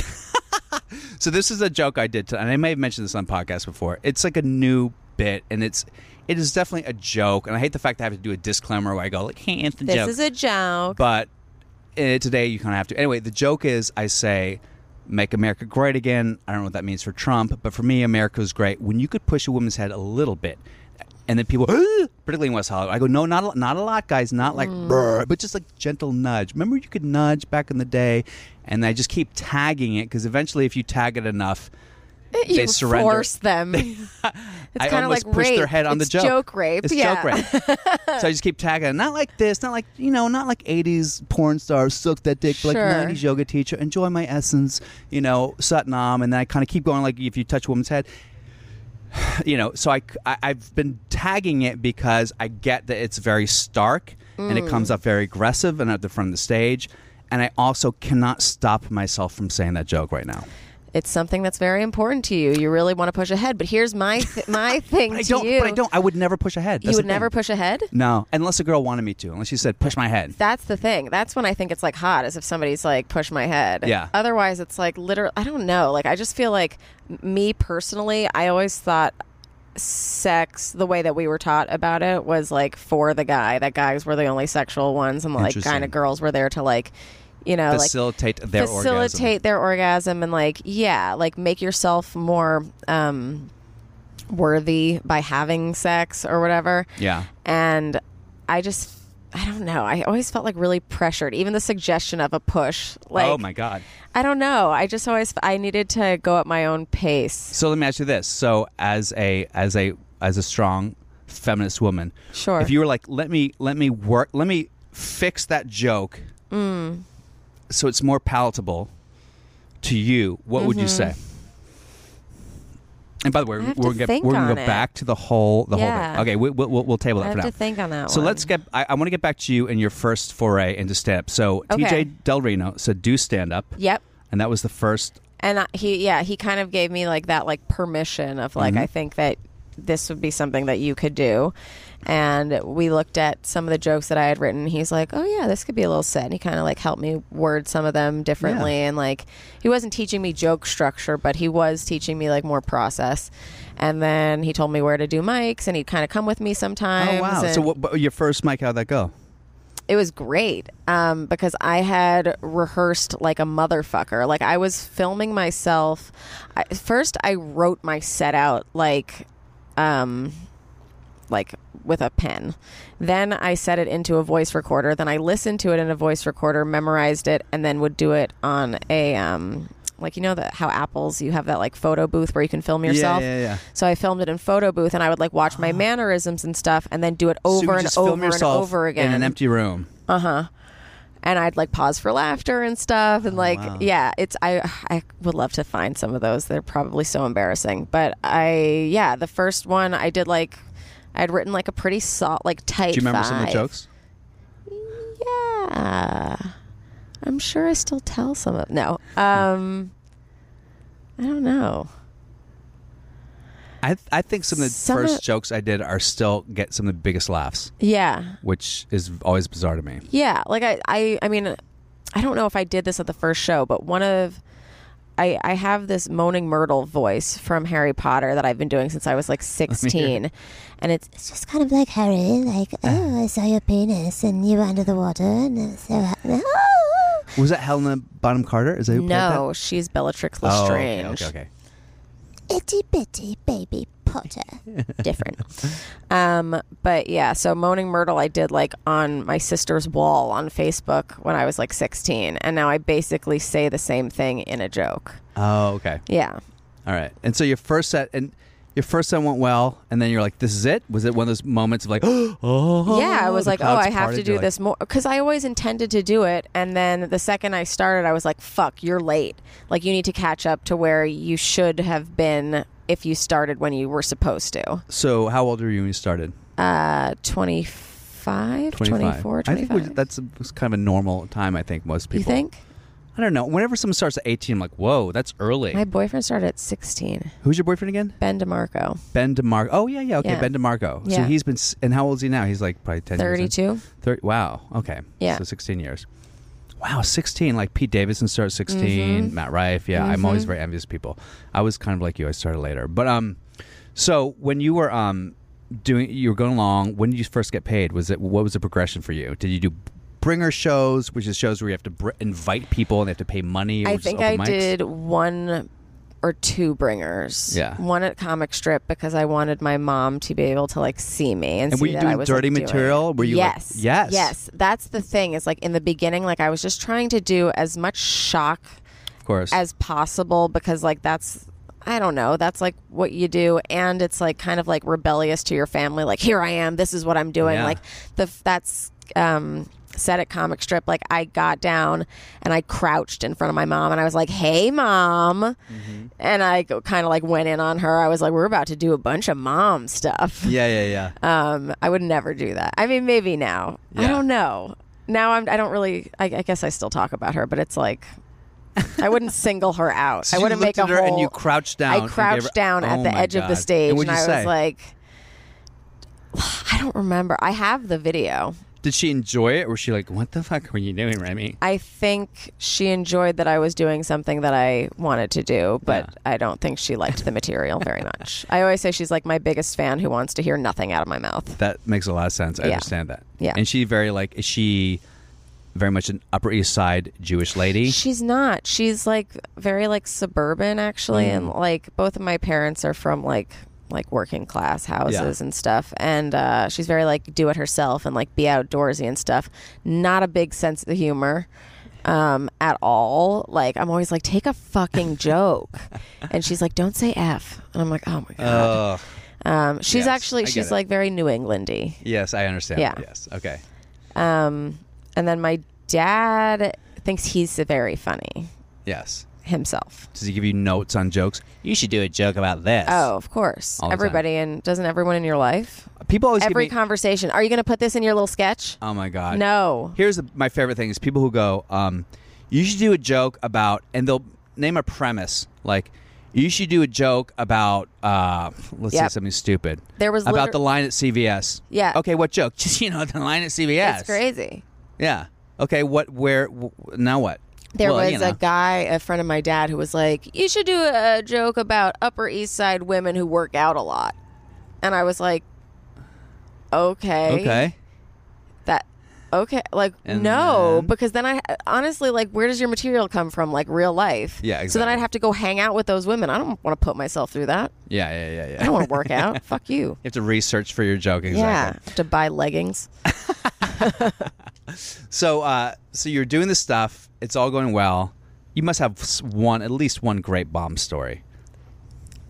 S3: so this is a joke I did, to, and I may have mentioned this on podcast before. It's like a new bit, and it's it is definitely a joke. And I hate the fact that I have to do a disclaimer where I go like, "Hey, it's a
S4: This
S3: joke,"
S4: is a joke.
S3: but uh, today you kind of have to. Anyway, the joke is I say, "Make America great again." I don't know what that means for Trump, but for me, America's great when you could push a woman's head a little bit, and then people, particularly in West Hollywood, I go, "No, not a, lo- not a lot, guys, not like, brr, but just like gentle nudge." Remember, you could nudge back in the day, and I just keep tagging it because eventually, if you tag it enough.
S4: you
S3: they surrender.
S4: force them.
S3: [laughs] I
S4: kinda
S3: almost
S4: like
S3: push their
S4: rape.
S3: head on
S4: It's
S3: the joke.
S4: joke rape,
S3: It's
S4: yeah.
S3: joke rape.
S4: [laughs]
S3: so I just keep tagging, it. not like this, not like you know, not like '80s porn stars suck that dick, but
S4: Sure.
S3: like '90s yoga teacher. Enjoy my essence, you know, Satnam, and then I kind of keep going. Like if you touch a woman's head, [sighs] you know. So I, I have been tagging it because I get that it's very stark and it
S4: Mm.
S3: comes up very aggressive and at the front of the stage. And I also cannot stop myself from saying that joke right now.
S4: it's something that's very important to you. You really want to push ahead. But here's my th- my
S3: [laughs]
S4: thing
S3: But I
S4: to
S3: don't.
S4: you.
S3: But I don't. I would never push ahead.
S4: You would never push ahead.
S3: No, unless a girl wanted me to. Unless she said, "Push my head."
S4: That's the thing. That's when I think it's like hot, as if somebody's like push my head.
S3: Yeah.
S4: Otherwise, it's like literally. I don't know. Like I just feel like m- me personally. I always thought sex the way that we were taught about it was like for the guy. That guys were the only sexual ones, and like
S3: Interesting.
S4: kind of girls were there to like, you know, like
S3: facilitate their
S4: facilitate
S3: orgasm.
S4: their orgasm and like yeah like make yourself more um worthy by having sex or whatever
S3: Yeah.
S4: and i just i don't know i always felt like really pressured even the suggestion of a push like
S3: oh my god.
S4: i don't know i just always i needed to go at my own pace
S3: So let me ask you this: so as a as a as a strong feminist woman,
S4: Sure.
S3: If you were like, let me let me work, let me fix that joke,
S4: Mm.
S3: so it's more palatable to you. What would you say? And by the way, we're
S4: Mm-hmm. have to
S3: gonna, get-
S4: think
S3: we're gonna
S4: on
S3: go
S4: it.
S3: back to the whole the whole
S4: Yeah.
S3: thing. Okay, we, we'll, we'll we'll table that
S4: i
S3: for
S4: have
S3: now.
S4: to think on that
S3: So
S4: one.
S3: let's get. I, I want to get back to you and your first foray into stand up. So
S4: Okay.
S3: TJ Del Reno said, "Do stand up."
S4: yep
S3: and that was the first.
S4: and I, he yeah he kind of gave me like that like permission of
S3: Mm-hmm.
S4: like i think that this would be something that you could do and we looked at some of the jokes that i had written he's like oh yeah this could be a little set and he kind of like helped me word some of them differently and like he wasn't teaching me joke structure but he was teaching me like more process and then he told me where to do mics and he'd kind of come with me sometimes
S3: Oh wow!
S4: and-
S3: So what, but your first mic, how'd that go?
S4: it was great um, because I had rehearsed like a motherfucker. Like I was filming myself. I, first, I wrote my set out like, um, like with a pen. Then I set it into a voice recorder. Then I listened to it in a voice recorder, memorized it, and then would do it on a um, like you know that how apples you have that like photo booth where you can film yourself
S3: yeah, yeah. Ah.
S4: so i filmed it in photo booth and i would like watch my mannerisms and stuff and then do it
S3: So you
S4: over and
S3: just film
S4: over and
S3: yourself
S4: over again
S3: in an empty room.
S4: and I'd like pause for laughter and stuff and like
S3: Oh, wow.
S4: yeah it's I I would love to find some of those they're probably so embarrassing but I yeah the first one I did like I'd written like a pretty soft like tight
S3: Do you remember some of the
S4: five.
S3: jokes?
S4: yeah I'm sure I still tell some of no
S3: Hmm.
S4: um I don't know
S3: I I think some of the
S4: Some
S3: first
S4: of-
S3: jokes I did are still get some of the biggest laughs,
S4: yeah
S3: which is always bizarre to me.
S4: Yeah, like I, I, I mean, I don't know if I did this at the first show, but one of, I, I have this moaning Myrtle voice from Harry Potter that I've been doing since I
S3: [laughs]
S4: was like sixteen, and it's
S5: It's just kind of like Harry, like, oh, I saw your penis and you were under the water and it was so happened. Oh,
S3: Was that Helena Bonham Carter? Is that who
S4: no, she's Bellatrix
S3: played that? Oh,
S4: Lestrange,
S3: okay, okay, okay.
S5: itty bitty baby Potter.
S4: [laughs]
S3: [laughs]
S4: different. um, but yeah, so moaning Myrtle, I did like on my sister's wall on Facebook when I was like sixteen, and now I basically say the same thing in a joke.
S3: Oh, okay.
S4: Yeah.
S3: All right. And so your first set and your first set went well, and then you're like, "This is it." Was it one of those moments of like, [gasps] "Oh,
S4: yeah i was
S3: the
S4: like oh
S3: clouds
S4: i have
S3: parted,"
S4: to do
S3: you're like,
S4: this more because i always intended to do it and then the second i started i was like fuck you're late like you need to catch up to where you should have been if you started when you were supposed to
S3: So, how old were you when you started?
S4: uh 25 24
S3: I think
S4: 25
S3: we- that's a, was kind of a normal time. I think most people.
S4: you think
S3: I don't know. Whenever someone starts at 18, I'm like, "Whoa, that's early."
S4: my boyfriend started at 16
S3: Who's your boyfriend again?
S4: ben demarco
S3: Ben DeMarco. Oh yeah, yeah. Okay,
S4: Yeah.
S3: Ben DeMarco. So
S4: Yeah.
S3: he's been. s- And how old is he now? He's like probably 10. years in.
S4: 32
S3: Thir wow. Okay.
S4: Yeah.
S3: So 16 years. Wow, 16. Like Pete Davidson started at
S4: Mm-hmm.
S3: 16. Matt Rife. Yeah, I'm always very envious of people. I was kind of like you. I started later. But um, so when you were um doing, you were going along. When did you first get paid? Was it what was the progression for you? Did you do bringer shows, which is shows where you have to br- invite people and they have to pay money?
S4: I
S3: which is
S4: think I
S3: open mics?
S4: did one or two bringers.
S3: Yeah.
S4: One at Comic Strip because I wanted my mom to be able to like see me and,
S3: And
S4: see
S3: were you
S4: that
S3: doing
S4: I was,
S3: dirty
S4: like, doing
S3: material?
S4: it.
S3: Were you, like-
S4: yes,
S3: Yes.
S4: yes. That's the thing is like in the beginning, like I was just trying to do as much shock
S3: Of course.
S4: as possible because like that's. I don't know. That's like what you do, and it's like kind of like rebellious to your family. Like here I am. This is what I'm doing.
S3: Yeah.
S4: Like the that's um, set at comic strip like i got down and i crouched in front of my mom and i was like hey mom
S3: Mm-hmm.
S4: and i kind of like went in on her i was like we're about to do a bunch of mom stuff
S3: yeah, yeah, yeah.
S4: um, i would never do that i mean maybe now i
S3: Yeah.
S4: don't know now i'm i don't really I, I guess i still talk about her but it's like
S3: [laughs]
S4: i wouldn't single her out
S3: So
S4: i
S3: you
S4: wouldn't
S3: looked
S4: make a
S3: at her
S4: whole
S3: and you crouched down and
S4: i
S3: gave
S4: crouched
S3: her-
S4: down
S3: Oh
S4: at the
S3: my
S4: edge of
S3: God.
S4: the
S3: And
S4: stage and,
S3: what'd you
S4: i
S3: say?
S4: was like [sighs] i don't remember i have the video
S3: Did she enjoy it, or was she like, "What the fuck were you doing, Remy?"
S4: I think she enjoyed that I was doing something that I wanted to do, but I don't think she liked the material very much. I always say she's like my biggest fan who wants to hear nothing out of my mouth.
S3: That makes a lot of sense. I
S4: Yeah.
S3: understand that.
S4: Yeah.
S3: And she very like is she very much an Upper East Side Jewish lady.
S4: She's not. She's like very like suburban actually and
S3: Mm.
S4: like both of my parents are from like like working class houses
S3: Yeah.
S4: and stuff and uh, she's very like do it herself and like be outdoorsy and stuff not a big sense of humor um, at all like i'm always like take a fucking joke
S3: [laughs]
S4: and she's like don't say f and i'm like oh my
S3: Ugh.
S4: god um, she's
S3: Uh, yes, I
S4: actually
S3: get
S4: she's
S3: it.
S4: like very new englandy
S3: yes, I understand.
S4: Yeah.
S3: Yes. Okay.
S4: um, and then my dad thinks he's very funny
S3: Yes.
S4: himself
S3: Does he give you notes on jokes? You should do a joke about this.
S4: Oh, of course.
S3: All the time.
S4: Everybody and doesn't everyone in your life?
S3: People always
S4: Every
S3: give me,
S4: conversation. Are you going to put this in your little sketch?
S3: Oh my god.
S4: No.
S3: Here's the, my favorite thing is people who go, um, you should do a joke about, and they'll name a premise like, you should do a joke about, uh, let's say
S4: Yep.
S3: something stupid.
S4: There was
S3: about
S4: liter-
S3: the line at CVS.
S4: Yeah.
S3: Okay, what joke? [laughs] Just you know the line at CVS.
S4: It's crazy.
S3: Yeah. Okay. What? Where? W- now what?
S4: There
S3: Well,
S4: was
S3: you
S4: a
S3: know.
S4: guy, a friend of my dad, who was like, "You should do a joke about Upper East Side women who work out a lot," and I was like, "Okay,
S3: Okay.
S4: that." Okay, like
S3: And
S4: no,
S3: then-
S4: because then I honestly like, where does your material come from? Like real life.
S3: Yeah,
S4: So then
S3: exactly.
S4: I'd have to go hang out with those women. I don't want to put myself through that.
S3: Yeah. Yeah. Yeah. Yeah.
S4: I don't want to
S3: [laughs]
S4: work out. Fuck you.
S3: you have to research for your joke
S4: Yeah,
S3: exactly.
S4: have to buy leggings.
S3: So, uh, so you're doing this stuff. It's all going well. You must have s- one, at least one great bomb story.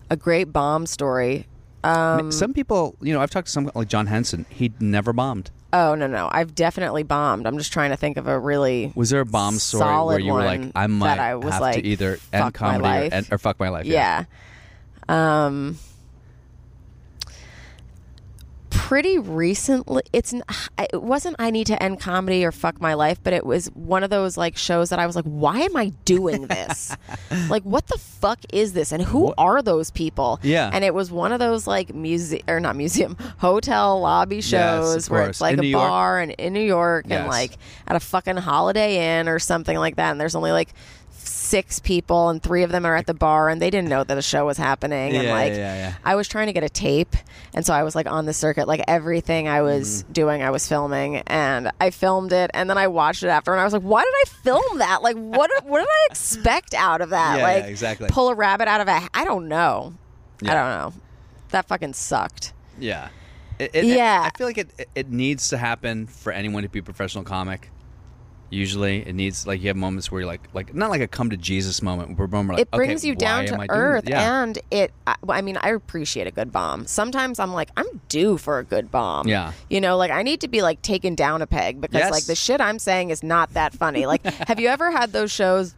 S4: A great bomb story.
S3: I mean,
S4: Um,
S3: some people, you know, I've talked to some like John Henson. He never bombed.
S4: Oh no no, I've definitely bombed. I'm just trying to think of a really
S3: Was there a bomb story where
S4: Solid
S3: you were like,
S4: one
S3: I
S4: that
S3: might
S4: I was
S3: have
S4: like,
S3: to either end
S4: fuck my
S3: comedy or,
S4: life.
S3: end, or fuck my life?
S4: yeah. Um, pretty recently, it's n- it wasn't I need to end comedy or fuck my life, but it was one of those like shows that I was like, why am I
S3: [laughs]
S4: doing this? like, what the fuck is this? And who are those people?
S3: Yeah.
S4: and it was one of those like museum or not museum [laughs] hotel lobby
S3: Yes, of
S4: shows where
S3: course.
S4: it's like
S3: In
S4: a
S3: New York?
S4: bar and in New York
S3: Yes.
S4: and like at a fucking Holiday Inn or something like that, and there's only like six people and three of them are at the bar and they didn't know that the show was happening and
S3: Yeah,
S4: like
S3: yeah, yeah.
S4: I was trying to get a tape and so I was like on the circuit like everything I was
S3: Mm-hmm.
S4: doing I was filming and I filmed it and then I watched it after and I was like why did I film that like what [laughs] what did I expect out of that
S3: Yeah, yeah,
S4: like
S3: exactly.
S4: pull a rabbit out of a I don't know
S3: Yeah.
S4: I don't know that fucking sucked
S3: yeah, It- it-
S4: Yeah.
S3: I feel like it, it- it needs to happen for anyone to be a professional comic. Usually, it needs like you have moments where you're like, like not like a come to Jesus moment, but moment like
S4: it brings
S3: okay,
S4: you down
S3: why am I
S4: to
S3: doing
S4: earth
S3: this? Yeah.
S4: and it I, well, I mean i appreciate a good bomb sometimes i'm like i'm due for a good bomb
S3: Yeah.
S4: you know like i need to be like taken down a peg because
S3: Yes.
S4: like the shit i'm saying is not that
S3: [laughs]
S4: funny like have you ever had those shows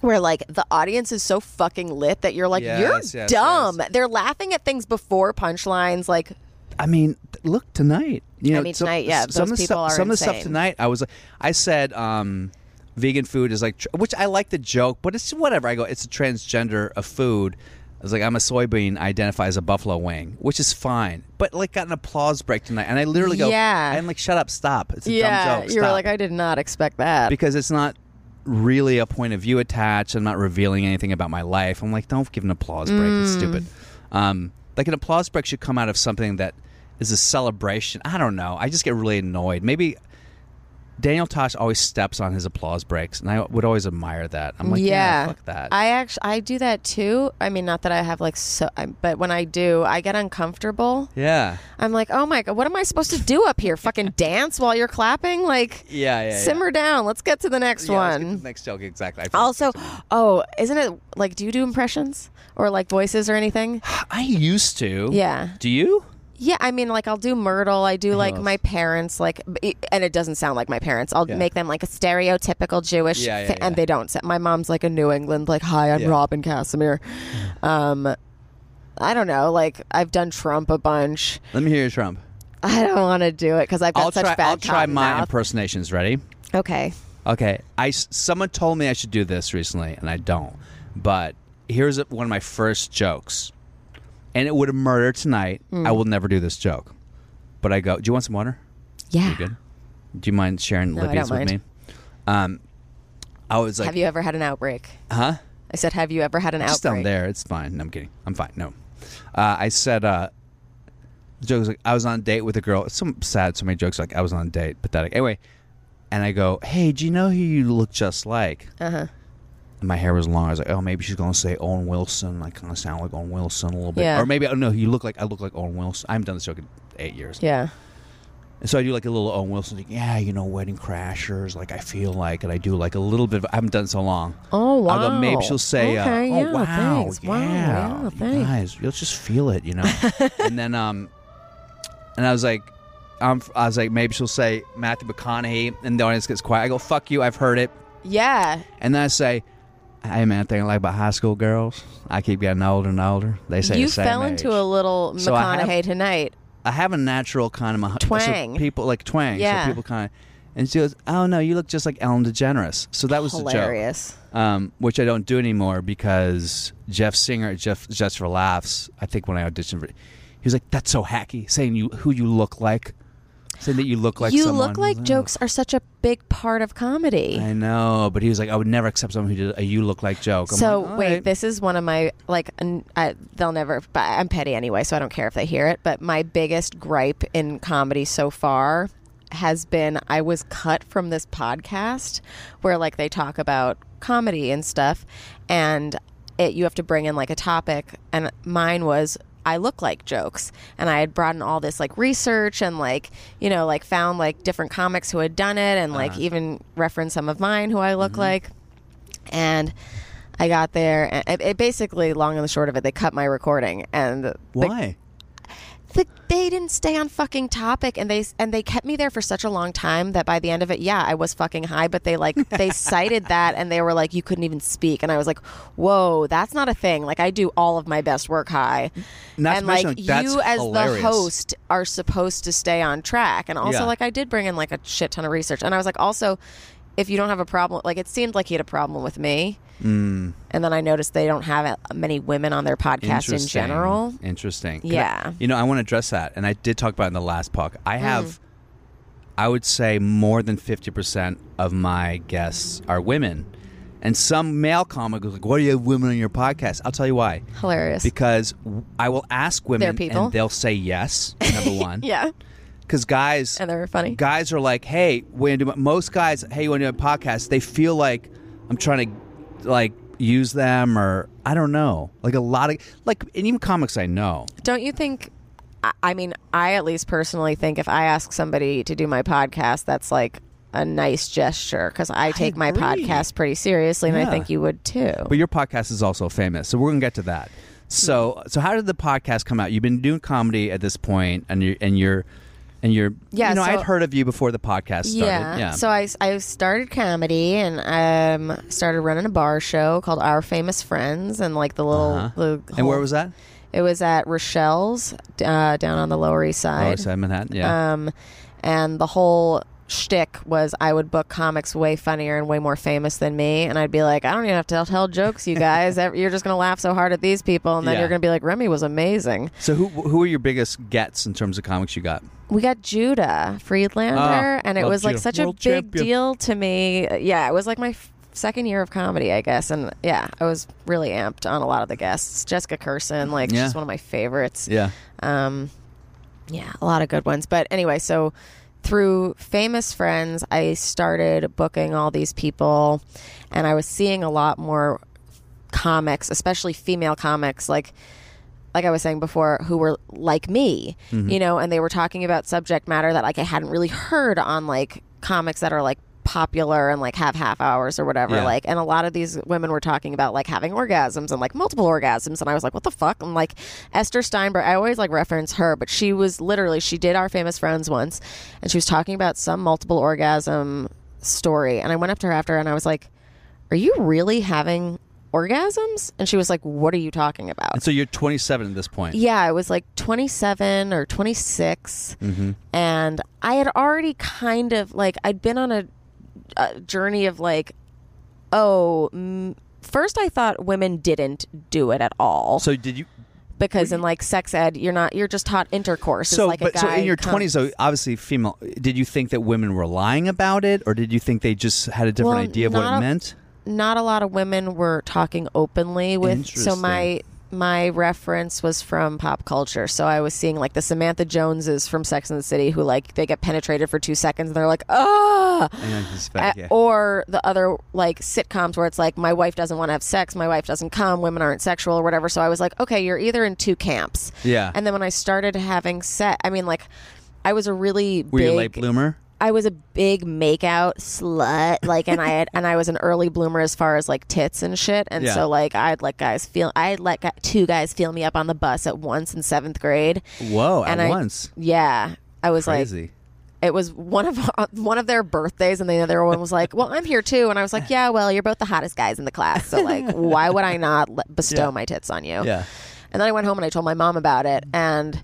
S4: where like the audience is so fucking lit that you're like you're
S3: Yes, yes,
S4: dumb
S3: yes.
S4: they're laughing at things before punchlines like
S3: I mean, th- look tonight. You
S4: I
S3: know,
S4: mean,
S3: some-
S4: tonight, yeah,
S3: s- Some
S4: those
S3: of the
S4: people
S3: stuff,
S4: are
S3: some of the stuff
S4: insane.
S3: tonight. I was, like, I said, um, vegan food is like, tr- which I like the joke, but it's whatever. I go, it's a transgender of food. I was like, I'm a soybean. I identify as a buffalo wing, which is fine. But like, got an applause break tonight, and I literally go,
S4: Yeah.
S3: I'm like, shut up, stop. It's a
S4: yeah
S3: dumb joke.
S4: you were
S3: stop."
S4: like i did not expect that
S3: because it's not really a point of view attached. I'm not revealing anything about my life. I'm like, don't give an applause break.
S4: Mm.
S3: It's stupid. Um, like an applause break should come out of something that is a celebration. I don't know. I just get really annoyed. Maybe Daniel Tosh always steps on his applause breaks, and I would always admire that. I'm like, yeah, fuck that.
S4: I actually I do that too. I mean, not that I have like so, I, but when I do, I get uncomfortable.
S3: yeah,
S4: I'm like, oh my god, what am I supposed to do up
S3: [laughs]
S4: here? Fucking dance while you're clapping? Like,
S3: yeah, yeah. yeah.
S4: simmer down. Let's get to the next
S3: Yeah, let's get to
S4: one.
S3: the next joke exactly. I feel-
S4: also, oh, isn't it like? Do you do impressions or like voices or anything?
S3: I used to.
S4: Yeah,
S3: Do you?
S4: yeah. I mean, like I'll do Myrtle. I do like
S3: else?
S4: my parents. Like, b- and it doesn't sound like my parents. I'll
S3: Yeah.
S4: make them like a stereotypical Jewish,
S3: Yeah, yeah,
S4: thi- and
S3: yeah.
S4: they don't. sa- My mom's like a New England. Like, hi, I'm
S3: Yeah.
S4: Robin
S3: [laughs]
S4: Casimir. Um, I don't know. Like, I've done Trump a bunch.
S3: Let me hear your Trump.
S4: I don't want to do it because I've got
S3: I'll
S4: such
S3: try.
S4: bad
S3: I'll try
S4: cotton
S3: my
S4: mouth.
S3: impersonations. Ready?
S4: Okay.
S3: Okay, I s- someone told me I should do this recently, and I don't. But here's a- one of my first jokes, and it would have murdered tonight.
S4: Mm.
S3: I will never do this joke, but I go. Do you want some water?
S4: Yeah.
S3: You good? Do you mind sharing
S4: No, I
S3: Libby's
S4: don't
S3: with me? Um,
S4: mind.
S3: I was like,
S4: have you ever had an outbreak?
S3: huh?
S4: I said, have you ever had an
S3: Just down
S4: outbreak?
S3: there. It's fine. No, I'm kidding. I'm fine. No, uh, I said. Uh, the joke was like I was on a date with a girl. It's so sad. So many jokes like I was on a date. Pathetic. Anyway, and I go, hey, do you know who you look just like?
S4: Uh huh.
S3: And my hair was long. I was like, oh, maybe she's gonna say Owen Wilson. I kind of sound like Owen Wilson a little bit,
S4: Yeah.
S3: or maybe oh no, you look like I look like Owen Wilson. I haven't done this joke in eight years,
S4: Yeah.
S3: and so I do like a little Owen Wilson. Like, yeah, you know, Wedding Crashers. Like I feel like, and I do like a little bit. of I haven't done it so long.
S4: Oh wow.
S3: I'll go, maybe she'll say, uh,
S4: Okay,
S3: "Oh
S4: yeah,
S3: wow,
S4: thanks.
S3: yeah,
S4: Wow, yeah,
S3: you
S4: thanks."
S3: guys, you'll just feel it," you
S4: [laughs]
S3: know. and then, um, and I was like, I'm, I was like, maybe she'll say Matthew McConaughey, and the audience gets quiet. I go, "Fuck you, I've heard it."
S4: Yeah.
S3: And then I say, "Hey man, thing I like about high school girls, I keep getting older and older. They say
S4: you
S3: the same
S4: fell
S3: age.
S4: into a little
S3: So I have-
S4: McConaughey tonight.
S3: I have a natural kind of my so
S4: Twang.
S3: people like twang.
S4: Yeah.
S3: So people kind of." And she goes, "Oh no, you look just like Ellen DeGeneres." So that was the joke
S4: Hilarious.
S3: um, which I don't do anymore because Jeff Singer, Jeff Just for Laughs, I think when I auditioned for, he was like, "That's so hacky," saying you who you look like, saying that you look like
S4: you
S3: someone.
S4: look like
S3: Ugh.
S4: jokes are such a big part of comedy.
S3: I know, but he was like, "I would never accept someone who did a you look like joke." I'm
S4: so
S3: like, "All
S4: wait,
S3: right."
S4: this is one of my like n I they'll never. But I'm petty anyway, so I don't care if they hear it. But my biggest gripe in comedy so far has been I was cut from this podcast where like they talk about comedy and stuff, and it you have to bring in like a topic, and mine was. I look like jokes, and I had brought in all this like research and like you know like found
S3: Uh-huh. Mm-hmm.
S4: like different comics who had done it, and like even referenced some of mine who I look like, and I got there. And it, it basically, long and the short of it, they cut my recording, and the-
S6: Why?
S4: the, they didn't stay on fucking topic and they and they kept me there for such a long time that by the end of it yeah i was fucking high but they like
S6: [laughs]
S4: they cited that and they were like you couldn't even speak and i was like whoa that's not a thing like i do all of my best work high
S6: Not to
S4: and
S6: mention,
S4: like
S6: like, that's
S4: you as
S6: hilarious.
S4: the host are supposed to stay on track and also
S6: Yeah.
S4: like i did bring in like a shit ton of research and i was like also if you don't have a problem like it seemed like he had a problem with me
S6: Mm.
S4: and then i noticed they don't have uh, many women on their podcast in
S3: Interesting.
S4: general
S3: Interesting. 'Cause I-
S4: Yeah. Mm.
S3: you know, I want to address that, and I did talk about it in the last talk. I have, I would say, more than fifty percent of my guests are women, and some male comic was like, "What do you have women on your podcast?" I'll tell you
S4: [laughs]
S3: why.
S4: hilarious
S3: Because w- I will ask women,
S4: people.
S3: and they'll say yes. Number one,
S4: yeah
S3: because guys
S4: And they're funny.
S3: Guys are like, hey, when do most guys, hey, you want to do a podcast? They feel like I'm trying to like use them or I don't know, like a lot of like and even comics I know.
S4: Don't you think? I- I mean, I at least personally think if I ask somebody to do my podcast, that's like a nice gesture because I take my
S3: agree.
S4: podcast pretty seriously, and
S3: Yeah.
S4: I think you would too.
S3: But your podcast is also famous, so we're gonna get to that. So, so how did the podcast come out? You've been doing comedy at this point, and you and you're and you're
S4: Yeah,
S3: You know,
S4: so-
S3: I'd heard of you before the podcast started.
S4: yeah. So I, I started comedy and um, started running a bar show called Our Famous Friends and like the little. The
S3: Uh-huh. and where
S4: whole-
S3: was that?
S4: It was at Rochelle's uh, down on the Lower East
S3: Oh,
S4: Side.
S3: so Manhattan. Yeah.
S4: Um, and the whole shtick was I would book comics way funnier and way more famous than me, and I'd be like, I don't even have to tell jokes, you
S3: [laughs]
S4: guys. Ev- You're just gonna laugh so hard at these people, and then
S3: Yeah.
S4: you're gonna be like, Remy was amazing.
S3: so who who are your biggest gets in terms of comics you got?
S4: We got Judah Friedlander,
S3: Ah,
S4: and it
S3: love
S4: was like
S3: Judah.
S4: such
S3: World
S4: a big
S3: champion.
S4: deal to me. Yeah, it was like my. F- Second year of comedy, I guess, and yeah, I was really amped on a lot of the guests. Jessica Curson, like,
S3: Yeah.
S4: she's one of my favorites.
S3: Yeah.
S4: Um, yeah, a lot of good ones. But anyway, so through famous friends, I started booking all these people, and I was seeing a lot more comics, especially female comics, like like I was saying before, who were like me, you know, and they were talking about subject matter that like I hadn't really heard on like comics that are like popular and like have half hours or whatever
S3: Yeah.
S4: like and a lot of these women were talking about like having orgasms and like multiple orgasms and I was like what the fuck and like Esther Steinberg I always like reference her but she was literally she did our famous friends once and she was talking about some multiple orgasm story and I went up to her after and I was like are you really having orgasms and she was like what are you talking about
S3: And so you're 27 at this point.
S4: yeah, I was like 27 or 26.
S3: Mm-hmm.
S4: And I had already kind of like, I'd been on a, a journey of like, oh, mm, first I thought women didn't do it at all.
S3: So did you?
S4: because in like sex ed, you're not, you're just taught intercourse. It's
S3: So,
S4: like a
S3: but
S4: guy
S3: so in your
S4: comes-
S3: twenties, though, obviously female. Did you think that women were lying about it, or did you think they just had a different
S4: Well,
S3: idea of what
S4: not
S3: it
S4: a-
S3: meant?
S4: not a lot of women were talking openly with so
S3: Interesting.
S4: my my reference was from pop culture so i was seeing like the samantha joneses from sex and the city who like they get penetrated for two seconds and they're like ah
S3: Yeah, it's
S4: Uh,
S3: fact, yeah.
S4: or the other like sitcoms where it's like my wife doesn't want to have sex my wife doesn't come women aren't sexual or whatever so i was like okay you're either in two camps
S3: Yeah.
S4: and then when i started having sex i mean like i was a really
S3: Were
S4: big
S3: you a late bloomer?
S4: I was a big makeout slut, like, and I had, and I was an early bloomer as far as like tits and shit, and
S3: Yeah.
S4: so like I'd let guys feel, I'd let gu- two guys feel me up on the bus at once in seventh grade.
S3: Whoa!
S4: and
S3: at
S4: I-
S3: once,
S4: Yeah, I was like,
S3: crazy.
S4: it was one of uh, one of their birthdays, and the other one was like, well, I'm here too, and I was like, yeah, well, you're both the hottest guys in the class,
S3: [laughs]
S4: so like, why would I not let, bestow my tits on you?
S3: yeah.
S4: And then I went home and I told my mom about it. And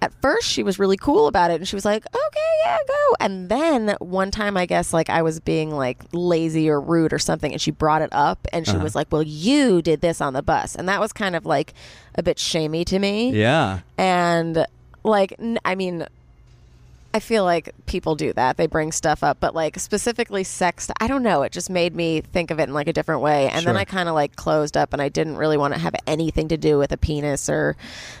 S4: at first, she was really cool about it. And she was like, okay, yeah, go. And then one time, I guess, like I was being like lazy or rude or something. And she brought it up and she was like, well, you did this on the bus. And that was kind of like a bit shamey to me.
S3: Yeah.
S4: And like, n- I mean, I feel like people do that. They bring stuff up, but like specifically sex, I don't know. It just made me think of it in like a different way. And then
S3: Sure.
S4: I kind of like closed up and I didn't really want to have anything to do with a penis or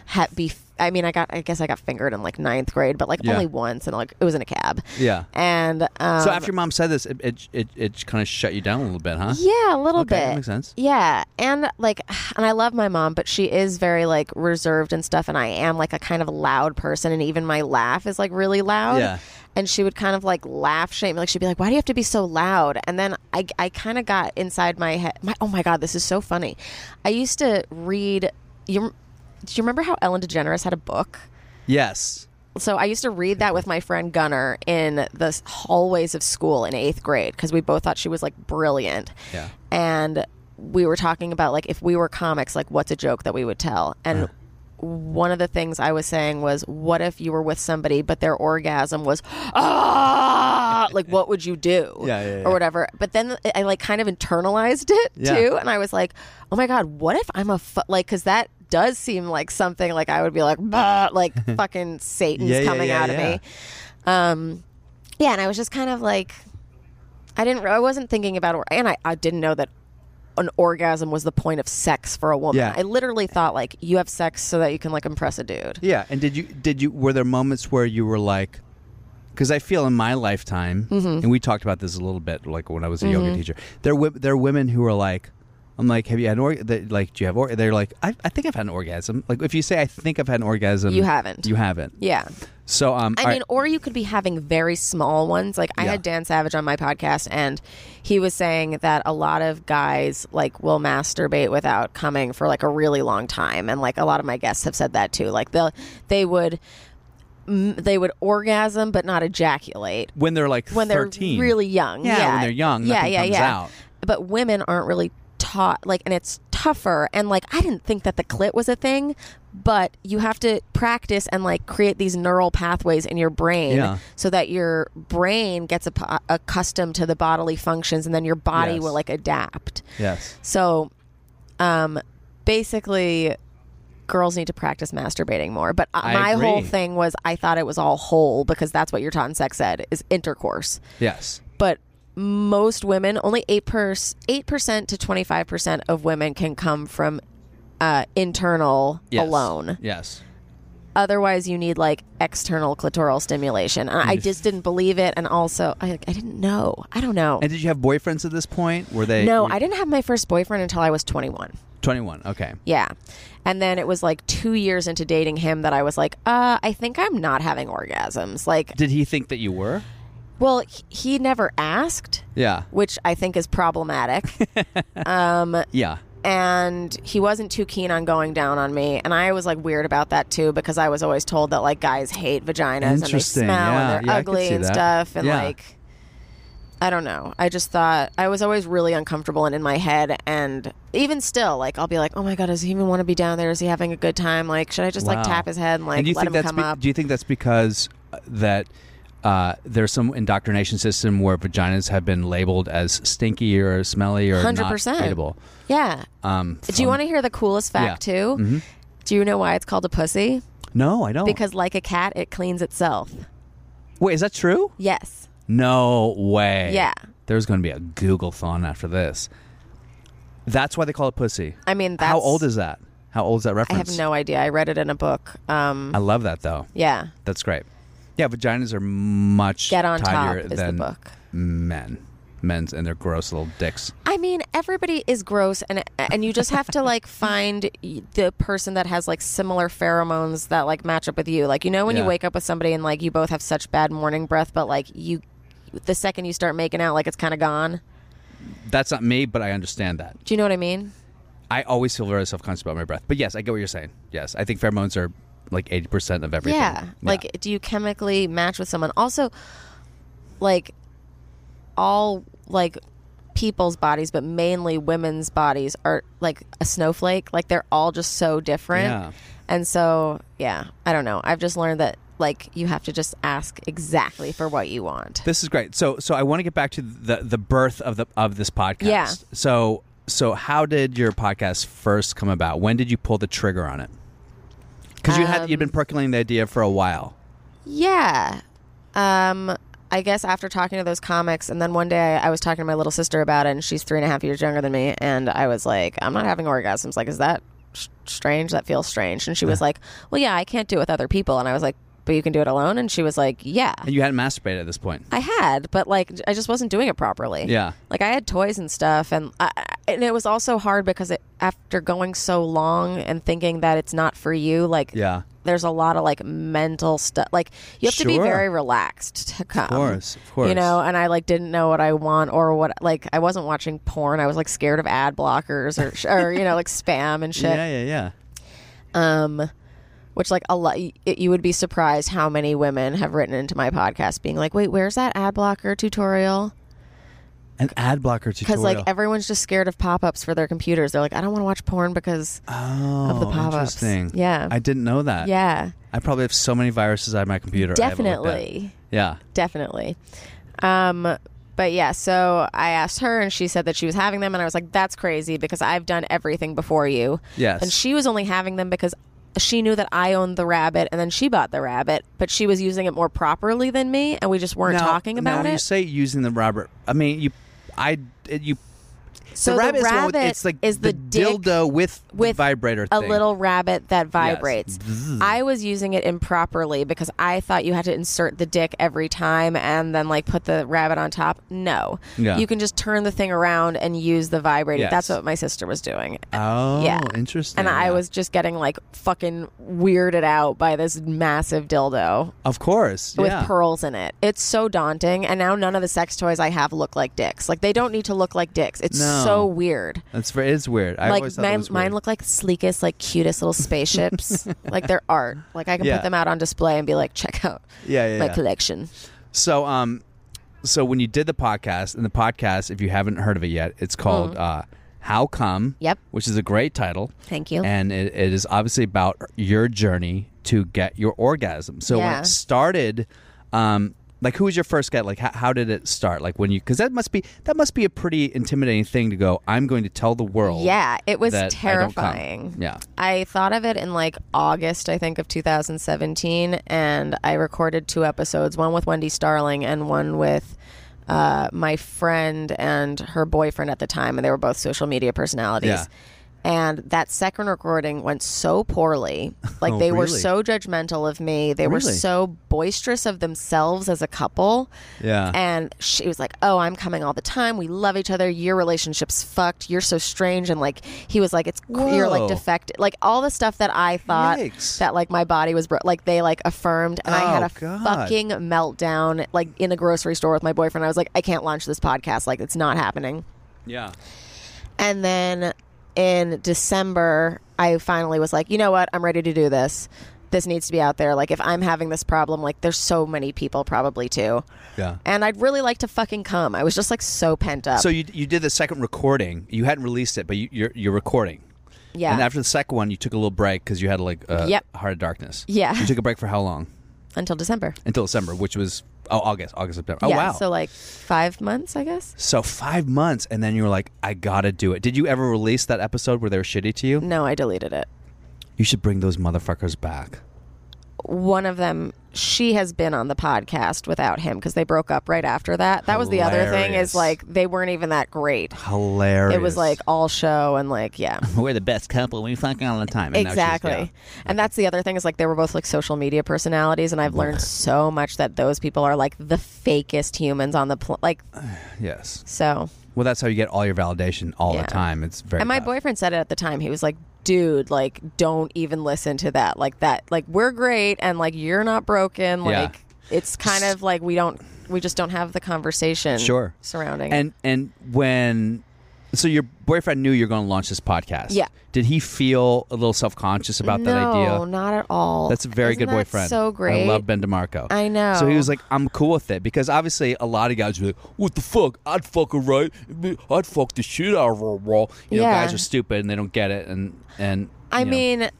S4: ha- be f- I mean, I got. I guess I got fingered in like ninth grade, but like
S3: Yeah.
S4: only once, and like it was in a cab.
S3: Yeah.
S4: And um,
S3: So after your mom said this, it it, it, it kind of shut you down a little bit, huh?
S4: Yeah, a little
S3: Okay,
S4: bit.
S3: that makes sense.
S4: Yeah, and like, [sighs] and I love my mom, but she is very like reserved and stuff, and I am like a kind of loud person, and even my laugh is like really loud.
S3: Yeah.
S4: And she would kind of like laugh shame, like she'd be like, "Why do you have to be so loud?" And then I, I kind of got inside my head. My oh my god, this is so funny. I used to read. You, do you remember how Ellen DeGeneres had a book?
S3: Yes.
S4: so I used to read that with my friend Gunnar in the hallways of school in eighth grade because we both thought she was like brilliant.
S3: Yeah.
S4: And we were talking about like if we were comics, like what's a joke that we would tell. And
S3: Uh-huh.
S4: one of the things I was saying was, what if you were with somebody but their orgasm was
S3: [laughs]
S4: ah, like what would you do?
S3: Yeah, yeah, yeah.
S4: Or whatever. But then I like kind of internalized it
S3: Yeah.
S4: too, and I was like, oh my god, what if I'm a fu-? like because that does seem like something like I would be like "Bah,"
S3: [laughs]
S4: like fucking Satan's
S3: Yeah, yeah,
S4: coming
S3: yeah,
S4: out of
S3: yeah.
S4: me. Um, yeah, and I was just kind of like, I didn't, I wasn't thinking about, or- and I, I didn't know that an orgasm was the point of sex for a woman.
S3: Yeah.
S4: I literally thought like you have sex so that you can like impress a dude.
S3: Yeah, and did you did you were there moments where you were like, because I feel in my lifetime,
S4: Mm-hmm.
S3: and we talked about this a little bit, like when I was a yoga teacher, there were there are women who are like, I'm like, have you had an org? that- Like, do you have org? They're like, I, I think I've had an orgasm. Like, if you say I think I've had an orgasm,
S4: You haven't.
S3: You haven't.
S4: Yeah.
S3: So um,
S4: I
S3: all
S4: mean,
S3: right.
S4: or you could be having very small ones. Like I
S3: Yeah.
S4: had Dan Savage on my podcast, and he was saying that a lot of guys like will masturbate without coming for like a really long time, and like a lot of my guests have said that too. Like they will they would mm, they would orgasm but not ejaculate
S3: when they're like
S4: when they're
S3: 13,
S4: really young.
S3: Yeah,
S4: Yeah,
S3: when they're young,
S4: Yeah,
S3: nothing
S4: yeah,
S3: comes
S4: yeah.
S3: out.
S4: But women aren't really taught like, and it's tougher. And like, I didn't think that the clit was a thing, but you have to practice and like create these neural pathways in your brain
S3: Yeah.
S4: so that your brain gets a- accustomed to the bodily functions, and then your body
S3: Yes.
S4: will like adapt.
S3: Yes.
S4: So, um, basically, girls need to practice masturbating more. But uh,
S3: I
S4: my whole
S3: agree.
S4: thing was I thought it was all whole because that's what you're taught in sex ed is intercourse.
S3: Yes.
S4: But most women, only eight percent to twenty five percent of women can come from uh, internal
S3: Yes.
S4: alone.
S3: Yes.
S4: Otherwise, you need like external clitoral stimulation. And I just didn't believe it, and also I, I didn't know. I don't know.
S3: And did you have boyfriends at this point? Were they
S4: No, I didn't have my first boyfriend until I was twenty one.
S3: 21. Okay.
S4: Yeah. And then it was like two years into dating him that I was like, uh, I think I'm not having orgasms. Like,
S3: Did he think that you were?
S4: well, he- he never asked,
S3: Yeah.
S4: which I think is problematic.
S3: Yeah.
S4: and he wasn't too keen on going down on me. And I was like weird about that too because I was always told that like guys hate vaginas and they
S3: Interesting.
S4: smell
S3: Yeah.
S4: and
S3: Yeah,
S4: they're
S3: I could
S4: ugly
S3: see
S4: and
S3: that.
S4: stuff. And
S3: Yeah.
S4: like, I don't know. I just thought I was always really uncomfortable and in my head. And even still, like, I'll be like, oh my God, does he even want to be down there? Is he having a good time? Like, should I just
S3: Wow.
S4: like tap his head and like
S3: do you
S4: let
S3: think
S4: him
S3: that's
S4: come
S3: be-
S4: up?
S3: Do you think that's because uh, that uh, there's some indoctrination system where vaginas have been labeled as stinky or smelly or not
S4: 100%.
S3: dateable?
S4: yeah.
S3: Um,
S4: Do you
S3: from-
S4: want to hear the coolest fact
S3: Yeah. Mm-hmm. Oh.
S4: too? Do you know why it's called a pussy?
S3: No, I don't.
S4: Because like a cat, it cleans itself.
S3: wait, is that true?
S4: Yes.
S3: No way.
S4: Yeah.
S3: There's going to be a Google thon after this. That's why they call it pussy.
S4: I mean, that's
S3: How old is that? How old is that
S4: I
S3: reference?
S4: have no idea. I read it in a book. Um,
S3: I love that though.
S4: yeah,
S3: That's great. Yeah, vaginas are much
S4: get on top
S3: tidier
S4: is the
S3: than
S4: book.
S3: men. Men's and their gross little dicks.
S4: I mean, everybody is gross, and and you just have to
S3: [laughs]
S4: like find y- the person that has like similar pheromones that like match up with you. Like you know when
S3: Yeah.
S4: you wake up with somebody and like you both have such bad morning breath, but like you, the second you start making out, like it's kind of gone.
S3: That's not me, but I understand that.
S4: Do you know what I mean?
S3: I always feel very self conscious about my breath. But yes, I get what you're saying. Yes, I think pheromones are like 80% of everything.
S4: Yeah. Like, do you chemically match with someone? Also, like, all like people's bodies, but mainly women's bodies are like a snowflake. Like, they're all just so different.
S3: Yeah.
S4: And so, yeah, I don't know. I've just learned that like you have to just ask exactly for what you want.
S3: This is great. So so I want to get back to the the birth of the of this podcast.
S4: Yeah.
S3: So so how did your podcast first come about? When did you pull the trigger on it? Because you had you'd
S4: Um,
S3: been percolating the idea for a while.
S4: Yeah. Um, I guess after talking to those comics, and then one day I, I was talking to my little sister about it, and she's three and a half years younger than me, and I was like, I'm not having orgasms. Like, is that s- strange? That feels strange." And she was like, "Well, yeah, I can't do it with other people." And I was like, "But you can do it alone." And she was like, "Yeah."
S3: And you hadn't masturbated at this point.
S4: I had, but like I just wasn't doing it properly.
S3: Yeah.
S4: Like I had toys and stuff, and I, I- and it was also hard because it, after going so long and thinking that it's not for you, like
S3: Yeah.
S4: there's a lot of like mental stuff. Like you have to be
S3: Sure.
S4: very relaxed to come. Of
S3: course, of
S4: You
S3: course.
S4: know, and I like didn't know what I want or what like I wasn't watching porn. I was like scared of ad blockers or or you know like spam and shit
S3: Yeah, yeah, yeah.
S4: um which like a lot you would be surprised how many women have written into my podcast being like wait where's that ad blocker tutorial
S3: An ad blocker
S4: because
S3: tutorial.
S4: like everyone's just scared of pop-ups for their computers they're like i don't want to watch porn because
S3: oh,
S4: of the pop-ups.
S3: Interesting.
S4: Yeah.
S3: I didn't know that.
S4: yeah
S3: I probably have so many viruses on my computer. I haven't looked at.
S4: Definitely.
S3: Yeah.
S4: definitely um but yeah so i asked her and she said that she was having them and i was like that's crazy because i've done everything before you
S3: Yes.
S4: and she was only having them because she knew that i owned the rabbit and then she bought the rabbit but she was using it more properly than me and we just weren't
S3: Now-
S4: talking
S3: now
S4: about
S3: when
S4: it
S3: you say using the Robert, I mean you, I it, you.
S4: So
S3: the
S4: the
S3: rabbit, is, the one with-
S4: rabbit
S3: it's like
S4: is
S3: the,
S4: the dick
S3: dildo with the
S4: with
S3: vibrator
S4: a
S3: thing.
S4: little rabbit that vibrates. I was using it improperly because I thought you had to insert the dick every time and then like put the rabbit on top. No,
S3: Yeah.
S4: you can just turn the thing around and use the vibrator.
S3: Yes.
S4: That's what my sister was doing.
S3: Oh,
S4: Yeah.
S3: interesting.
S4: and I
S3: yeah.
S4: was just getting like fucking weirded out by this massive dildo
S3: of course,
S4: with
S3: yeah.
S4: pearls in it. It's so daunting. And now none of the sex toys I have look like dicks. Like they don't need to look like dicks. It's
S3: No.
S4: so weird
S3: That's very, it's weird. I always
S4: like
S3: thought
S4: mine,
S3: that was
S4: mine
S3: weird.
S4: look like the sleekest, like cutest
S3: [laughs]
S4: little spaceships. like they're art. Like I can
S3: Yeah.
S4: put them out on display and be like, check out
S3: Yeah, yeah,
S4: my
S3: yeah.
S4: collection.
S3: So um, so when you did the podcast, and the podcast, if you haven't heard of it yet, it's called uh, "How Come."
S4: Mm. Yep.
S3: Which is a great title.
S4: Thank you.
S3: And it, it is obviously about your journey to get your orgasm. So when
S4: Yeah.
S3: it started, um, like who was your first guy? Like how, how did it start? Like when you because that must be that must be a pretty intimidating thing to go. I'm going to tell the world.
S4: yeah, it was
S3: that I don't come."
S4: terrifying.
S3: Yeah.
S4: I thought of it in like August, I think, of 2017, and I recorded two episodes one with Wendy Starling and one with uh, my friend and her boyfriend at the time, and they were both social media personalities.
S3: Yeah.
S4: And that second recording went
S3: [laughs]
S4: so poorly. Like,
S3: Oh,
S4: they were
S3: really?
S4: so judgmental of me. They were
S3: Really?
S4: so boisterous of themselves as a couple.
S3: Yeah.
S4: And she was like, "Oh, I'm coming all the time. We love each other. Your relationship's fucked. You're so strange." And like he was like, "It's you're like
S3: Whoa.
S4: defective." Like all the stuff that I thought
S3: Yikes.
S4: that like my body was bro- like they like affirmed, and I had
S3: Oh,
S4: a
S3: God.
S4: fucking meltdown like in a grocery store with my boyfriend. I was like, "I can't launch this podcast. Like it's not happening."
S3: Yeah.
S4: And then in December, I finally was like, you know what? I'm ready to do this. This needs to be out there. Like, if I'm having this problem, like, there's so many people probably too.
S3: Yeah.
S4: And I'd really like to fucking come. I was just like so pent up.
S3: So you you did the second recording. You hadn't released it, but you, you're you're recording.
S4: yeah.
S3: And after the second one, you took a little break because you had like a
S4: Yep.
S3: heart of darkness.
S4: Yeah.
S3: You took a break for how long?
S4: Until December.
S3: Until December, which was oh August, August September. Oh
S4: yeah.
S3: wow.
S4: So, like, five months, I guess.
S3: So five months, and then you were like, I gotta do it. Did you ever release that episode where they were shitty to you?
S4: No, I deleted it.
S3: You should bring those motherfuckers back.
S4: One of them, she has been on the podcast without him because they broke up right after that. That was the other thing
S3: Hilarious.
S4: is like, they weren't even that great.
S3: Hilarious.
S4: It was like all show and
S3: [laughs]
S4: like, yeah.
S3: we're the best couple. We fucking all the time. And now she's-
S4: exactly
S3: yeah.
S4: and that's the other thing is like they were both like social media personalities and i've learned so much that those people are like the fakest humans on the pl- like
S3: Yes.
S4: so
S3: Well, that's how you get all your validation all
S4: Yeah.
S3: the time. It's very.
S4: and my
S3: tough.
S4: boyfriend said it at the time he was like dude like don't even listen to that like that like we're great and like you're not broken
S3: Yeah.
S4: like it's kind of like we don't we just don't have the conversation
S3: Sure.
S4: surrounding
S3: And and when so your boyfriend knew you're going to launch this podcast.
S4: Yeah.
S3: Did he feel a little self conscious about
S4: no,
S3: that idea?
S4: not at all
S3: That's a very
S4: Isn't
S3: good
S4: that
S3: boyfriend.
S4: so great
S3: I love Ben DeMarco.
S4: I know.
S3: So he was like, I'm cool with it because obviously a lot of guys were like, what the fuck? I'd fuck her right. I'd fuck the shit out of her. Bro. You know,
S4: Yeah.
S3: guys are stupid and they don't get it. And, and
S4: I
S3: you know.
S4: mean,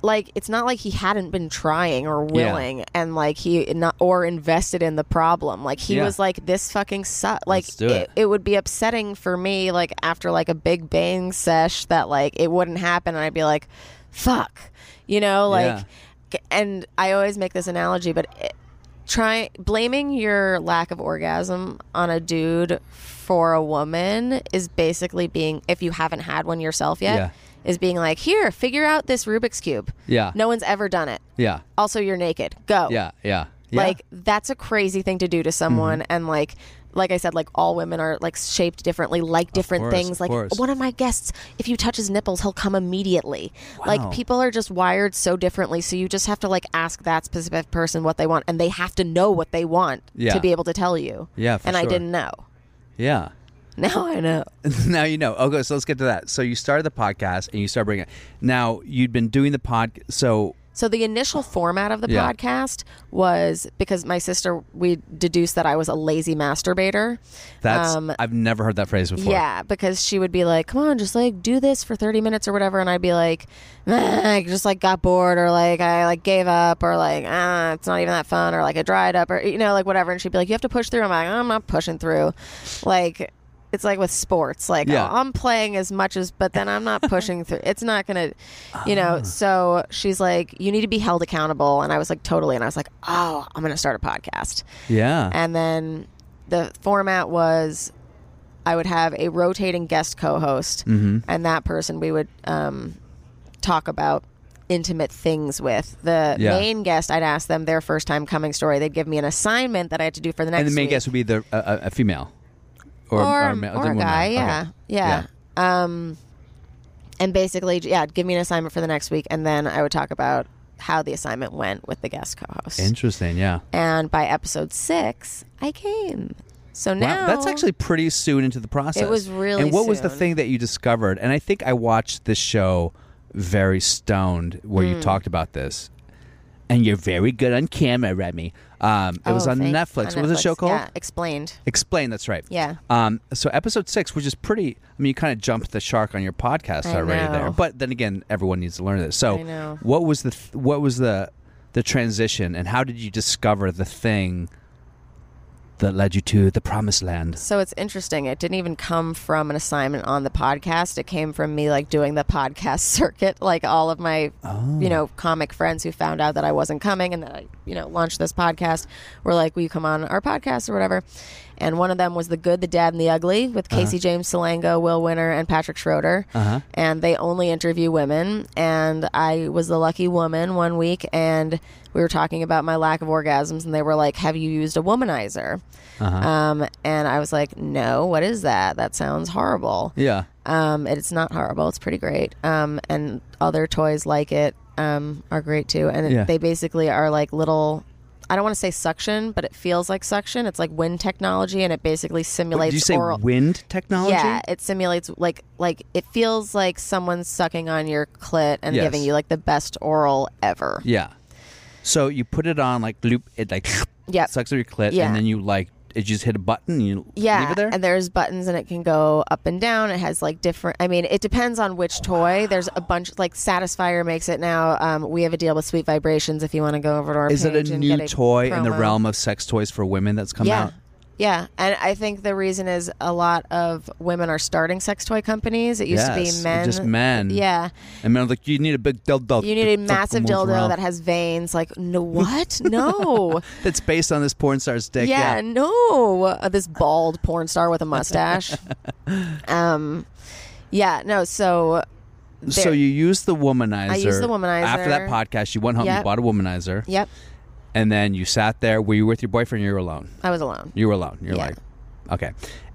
S4: like it's not like he hadn't been trying or willing, and like he not or invested in the problem. Like he
S3: Yeah.
S4: was like, "This fucking suck." Like
S3: Let's do it.
S4: would be upsetting for me, like after like a big bang sesh, that like it wouldn't happen, and I'd be like, "Fuck," you know, like.
S3: Yeah.
S4: c- And I always make this analogy, but it, try blaming your lack of orgasm on a dude for a woman is basically being if you haven't had one yourself yet
S3: Yeah.
S4: is being like, here, figure out this Rubik's cube.
S3: Yeah.
S4: No one's ever done it.
S3: Yeah.
S4: Also, you're naked. Go.
S3: Yeah. Yeah. Yeah. Mm-hmm.
S4: Like that's a crazy thing to do to someone and like like I said, like all women are like shaped differently, like different
S3: course,
S4: things.
S3: of
S4: Like
S3: course.
S4: one of my guests, if you touch his nipples, he'll come immediately.
S3: Wow.
S4: Like people are just wired so differently, so you just have to like ask that specific person what they want, and they have to know what they want
S3: Yeah.
S4: to be able to tell you.
S3: Yeah, for
S4: and I
S3: sure.
S4: didn't know. [laughs]
S3: yeah.
S4: Now I know.
S3: [laughs] now you know. Okay, so let's get to that. So you started the podcast and you started bringing. It. Now you'd been doing the pod. So
S4: So the initial format of the
S3: Yeah.
S4: podcast was because my sister we deduced that I was a lazy masturbator. Um,
S3: that's I've never heard that phrase before.
S4: Yeah, because she would be like, "Come on, just like do this for thirty minutes or whatever," and I'd be like, [laughs] "Nah, "I just like got bored, or like I like gave up, or like ah, it's not even that fun, or like I dried up, or you know, like whatever." And she'd be like, "You have to push through." I'm like, "I'm not pushing through," like. It's like with sports, like
S3: Yeah.
S4: oh, I'm playing as much as, but then I'm not pushing through. It's not gonna,
S3: Ah.
S4: you know. So she's like, "You need to be held accountable," and I was like, "Totally." And I was like, "Oh, I'm gonna start a podcast."
S3: Yeah.
S4: And then the format was I would have a rotating guest co host,
S3: Mm-hmm.
S4: and that person we would um, talk about intimate things with. The
S3: Yeah.
S4: main guest, I'd ask them their first time coming story. They'd give me an assignment that I had to do for the next
S3: and the main
S4: week.
S3: guest would be the a- a, a female
S4: or,
S3: a ma-
S4: or
S3: the
S4: a
S3: woman.
S4: guy,
S3: Okay.
S4: yeah. yeah. Um, and basically, yeah, give me an assignment for the next week, and then I would talk about how the assignment went with the guest co host.
S3: Interesting. Yeah.
S4: and by episode six, I came. So now
S3: Wow, that's actually pretty soon into the process.
S4: It was really
S3: And what was the
S4: soon.
S3: thing that you discovered? And I think I watched this show very stoned where
S4: Hmm.
S3: you talked about this. And you're very good on camera, Remy. Um, it was
S4: Oh,
S3: on
S4: thank-
S3: Netflix.
S4: on
S3: What was the show
S4: Netflix.
S3: called?
S4: Yeah, explained.
S3: Explain. That's right.
S4: Yeah.
S3: Um, so episode six, which is pretty. I mean, you kind of jumped the shark on your podcast
S4: I
S3: already
S4: know.
S3: there. But then again, everyone needs to learn this. So,
S4: I know.
S3: what was the th- what was the the transition, and how did you discover the thing that led you to the promised land?
S4: So it's interesting. It didn't even come from an assignment on the podcast. It came from me like doing the podcast [laughs] circuit, like all of my you know comic friends who found out that I wasn't coming and that I you know launched this podcast were like, "Will you come on our podcast or whatever?" And one of them was the good, the dad, and the ugly with Casey James Salango, Will Winner, and Patrick Schroeder. And they only interview women. And I was the lucky woman one week, and we were talking about my lack of orgasms, and they were like, "Have you used a womanizer?"
S3: Uh-huh.
S4: Um, and I was like, no, what is that? That sounds horrible.
S3: Yeah.
S4: Um, it's not horrible. It's pretty great. Um, and other toys like it um, are great too. And it-
S3: Yeah.
S4: they basically are like little. I don't want to say suction, but it feels like suction. It's like wind technology, and it basically simulates
S3: Did you say
S4: oral.
S3: wind technology?
S4: Yeah, it simulates like like it feels like someone's sucking on your clit and
S3: Yes.
S4: giving you like the best oral ever.
S3: Yeah. So you put it on like loop. It
S4: [laughs]
S3: like
S4: Yep.
S3: sucks through your clit,
S4: Yeah.
S3: and then you like it just hit a button. And you
S4: Yeah,
S3: leave it there.
S4: and there's buttons, and it can go up and down. It has like different. I mean, it depends on which toy. There's a bunch. Like Satisfyer makes it now. Um, we have a deal with Sweet Vibrations. If you want to go over to our
S3: Is
S4: page
S3: it a
S4: and
S3: new
S4: get
S3: toy in the
S4: promo.
S3: realm of sex toys for women that's come
S4: yeah.
S3: out?
S4: Yeah, and I think the reason is a lot of women are starting sex toy companies. It used to
S3: Yes,
S4: be men.
S3: just men.
S4: Yeah.
S3: And men are like, you need a big dildo.
S4: You need a
S3: that
S4: massive
S3: moves
S4: dildo
S3: around."
S4: that has veins.
S3: [laughs]
S4: Like, no, what? No.
S3: that's based on this porn star's dick.
S4: yeah,
S3: Yeah.
S4: no Uh, this bald porn star with
S3: [laughs]
S4: a mustache um yeah no so
S3: So
S4: there-
S3: you use the womanizer.
S4: I used the
S3: After that
S4: womanizer.
S3: podcast, you went home, you
S4: Yep.
S3: bought a womanizer,
S4: yep
S3: and then you sat there. Were you with your boyfriend? or You were alone.
S4: i was alone
S3: You were alone. You're
S4: Yeah.
S3: like, okay.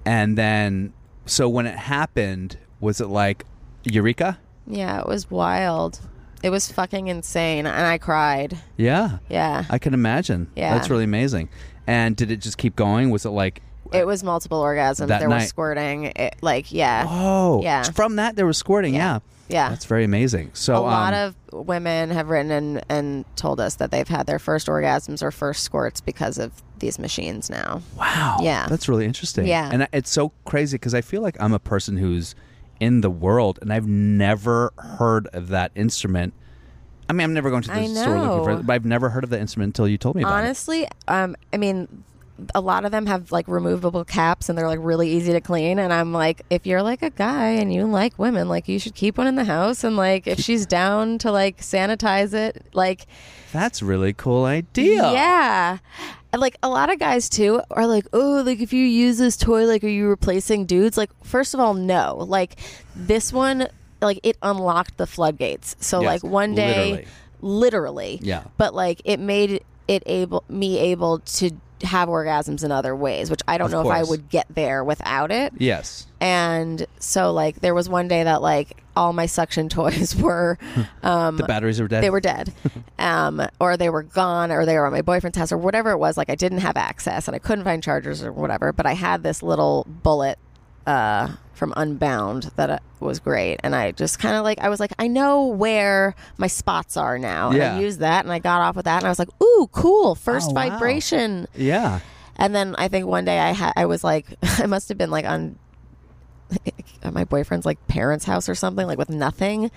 S3: And then, so when it happened, was it like Eureka?
S4: yeah it was wild it was fucking insane and i cried
S3: Yeah.
S4: yeah
S3: I can imagine.
S4: Yeah.
S3: That's really amazing. And did it just keep going? Was it like,
S4: it was multiple orgasms
S3: That
S4: there
S3: night-
S4: was squirting it, like yeah
S3: oh,
S4: Yeah.
S3: From that, there was squirting. Yeah.
S4: Yeah.
S3: That's very amazing. So
S4: a lot
S3: um,
S4: of women have written and, and told us that they've had their first orgasms or first squirts because of these machines now
S3: Wow.
S4: Yeah.
S3: That's really interesting.
S4: Yeah.
S3: And I- it's so crazy because I feel like I'm a person who's in the world and I've never heard of that instrument. I mean, I'm never going to the
S4: I
S3: store looking for
S4: know.
S3: it, but I've never heard of the instrument until you told me about it.
S4: honestly um i mean a lot of them have like removable caps and they're like really easy to clean and i'm like if you're like a guy and you like women like you should keep one in the house and like if she's down to like sanitize it like
S3: That's a really cool idea.
S4: yeah And, like a lot of guys too are like oh like if you use this toy like are you replacing dudes like first of all no like this one like it unlocked the floodgates. So
S3: Yes,
S4: like one day,
S3: literally.
S4: literally.
S3: Yeah.
S4: But like it made it able me able to have orgasms in other ways, which I don't
S3: Of
S4: know if I
S3: course.
S4: would get there without it.
S3: Yes.
S4: And so like there was one day that like all my suction [laughs] toys were um
S3: The batteries are dead.
S4: they
S3: [laughs]
S4: were dead um, or they were gone or they were at my boyfriend's house or whatever it was like i didn't have access and i couldn't find chargers or whatever but i had this little bullet uh, from unbound that uh, was great and i just kind of like i was like i know where my spots are now and
S3: Yeah.
S4: i used that and i got off with that and i was like ooh cool first
S3: Oh, wow.
S4: vibration
S3: Yeah.
S4: and then I think one day I had I was like [laughs] I must have been like on [laughs] at my boyfriend's like parents' house or something like with nothing,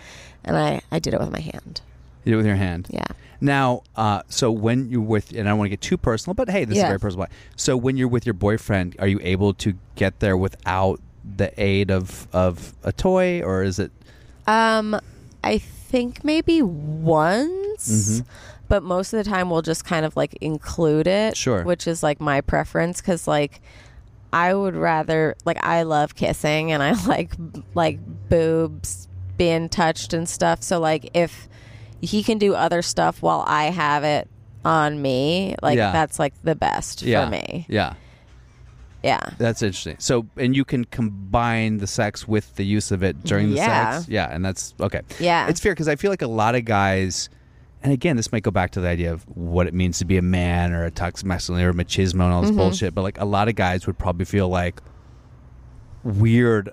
S4: and I I did it with my hand.
S3: You do it with your hand.
S4: Yeah.
S3: Now, uh, so when you're with, and I don't want to get too personal, but hey, this is
S4: Yeah.
S3: very personal. So when you're with your boyfriend, are you able to get there without the aid of of a toy, or is it?
S4: Um, I think maybe once.
S3: Mm-hmm.
S4: But most of the time, we'll just kind of like include it,
S3: Sure.
S4: Which is like my preference because like I would rather like I love kissing and I [laughs] like like boobs being touched and stuff. So like if he can do other stuff while I have it on me, like
S3: Yeah.
S4: that's like the best
S3: Yeah.
S4: for me.
S3: Yeah.
S4: Yeah.
S3: That's interesting. So, and you can combine the sex with the use of it during the
S4: Yeah.
S3: sex. Yeah, and that's okay.
S4: Yeah.
S3: it's fair because I feel like a lot of guys, and again, this might go back to the idea of what it means to be a man or a toxic masculinity or machismo and all
S4: Mm-hmm.
S3: this bullshit. But like a lot of guys would probably feel like weird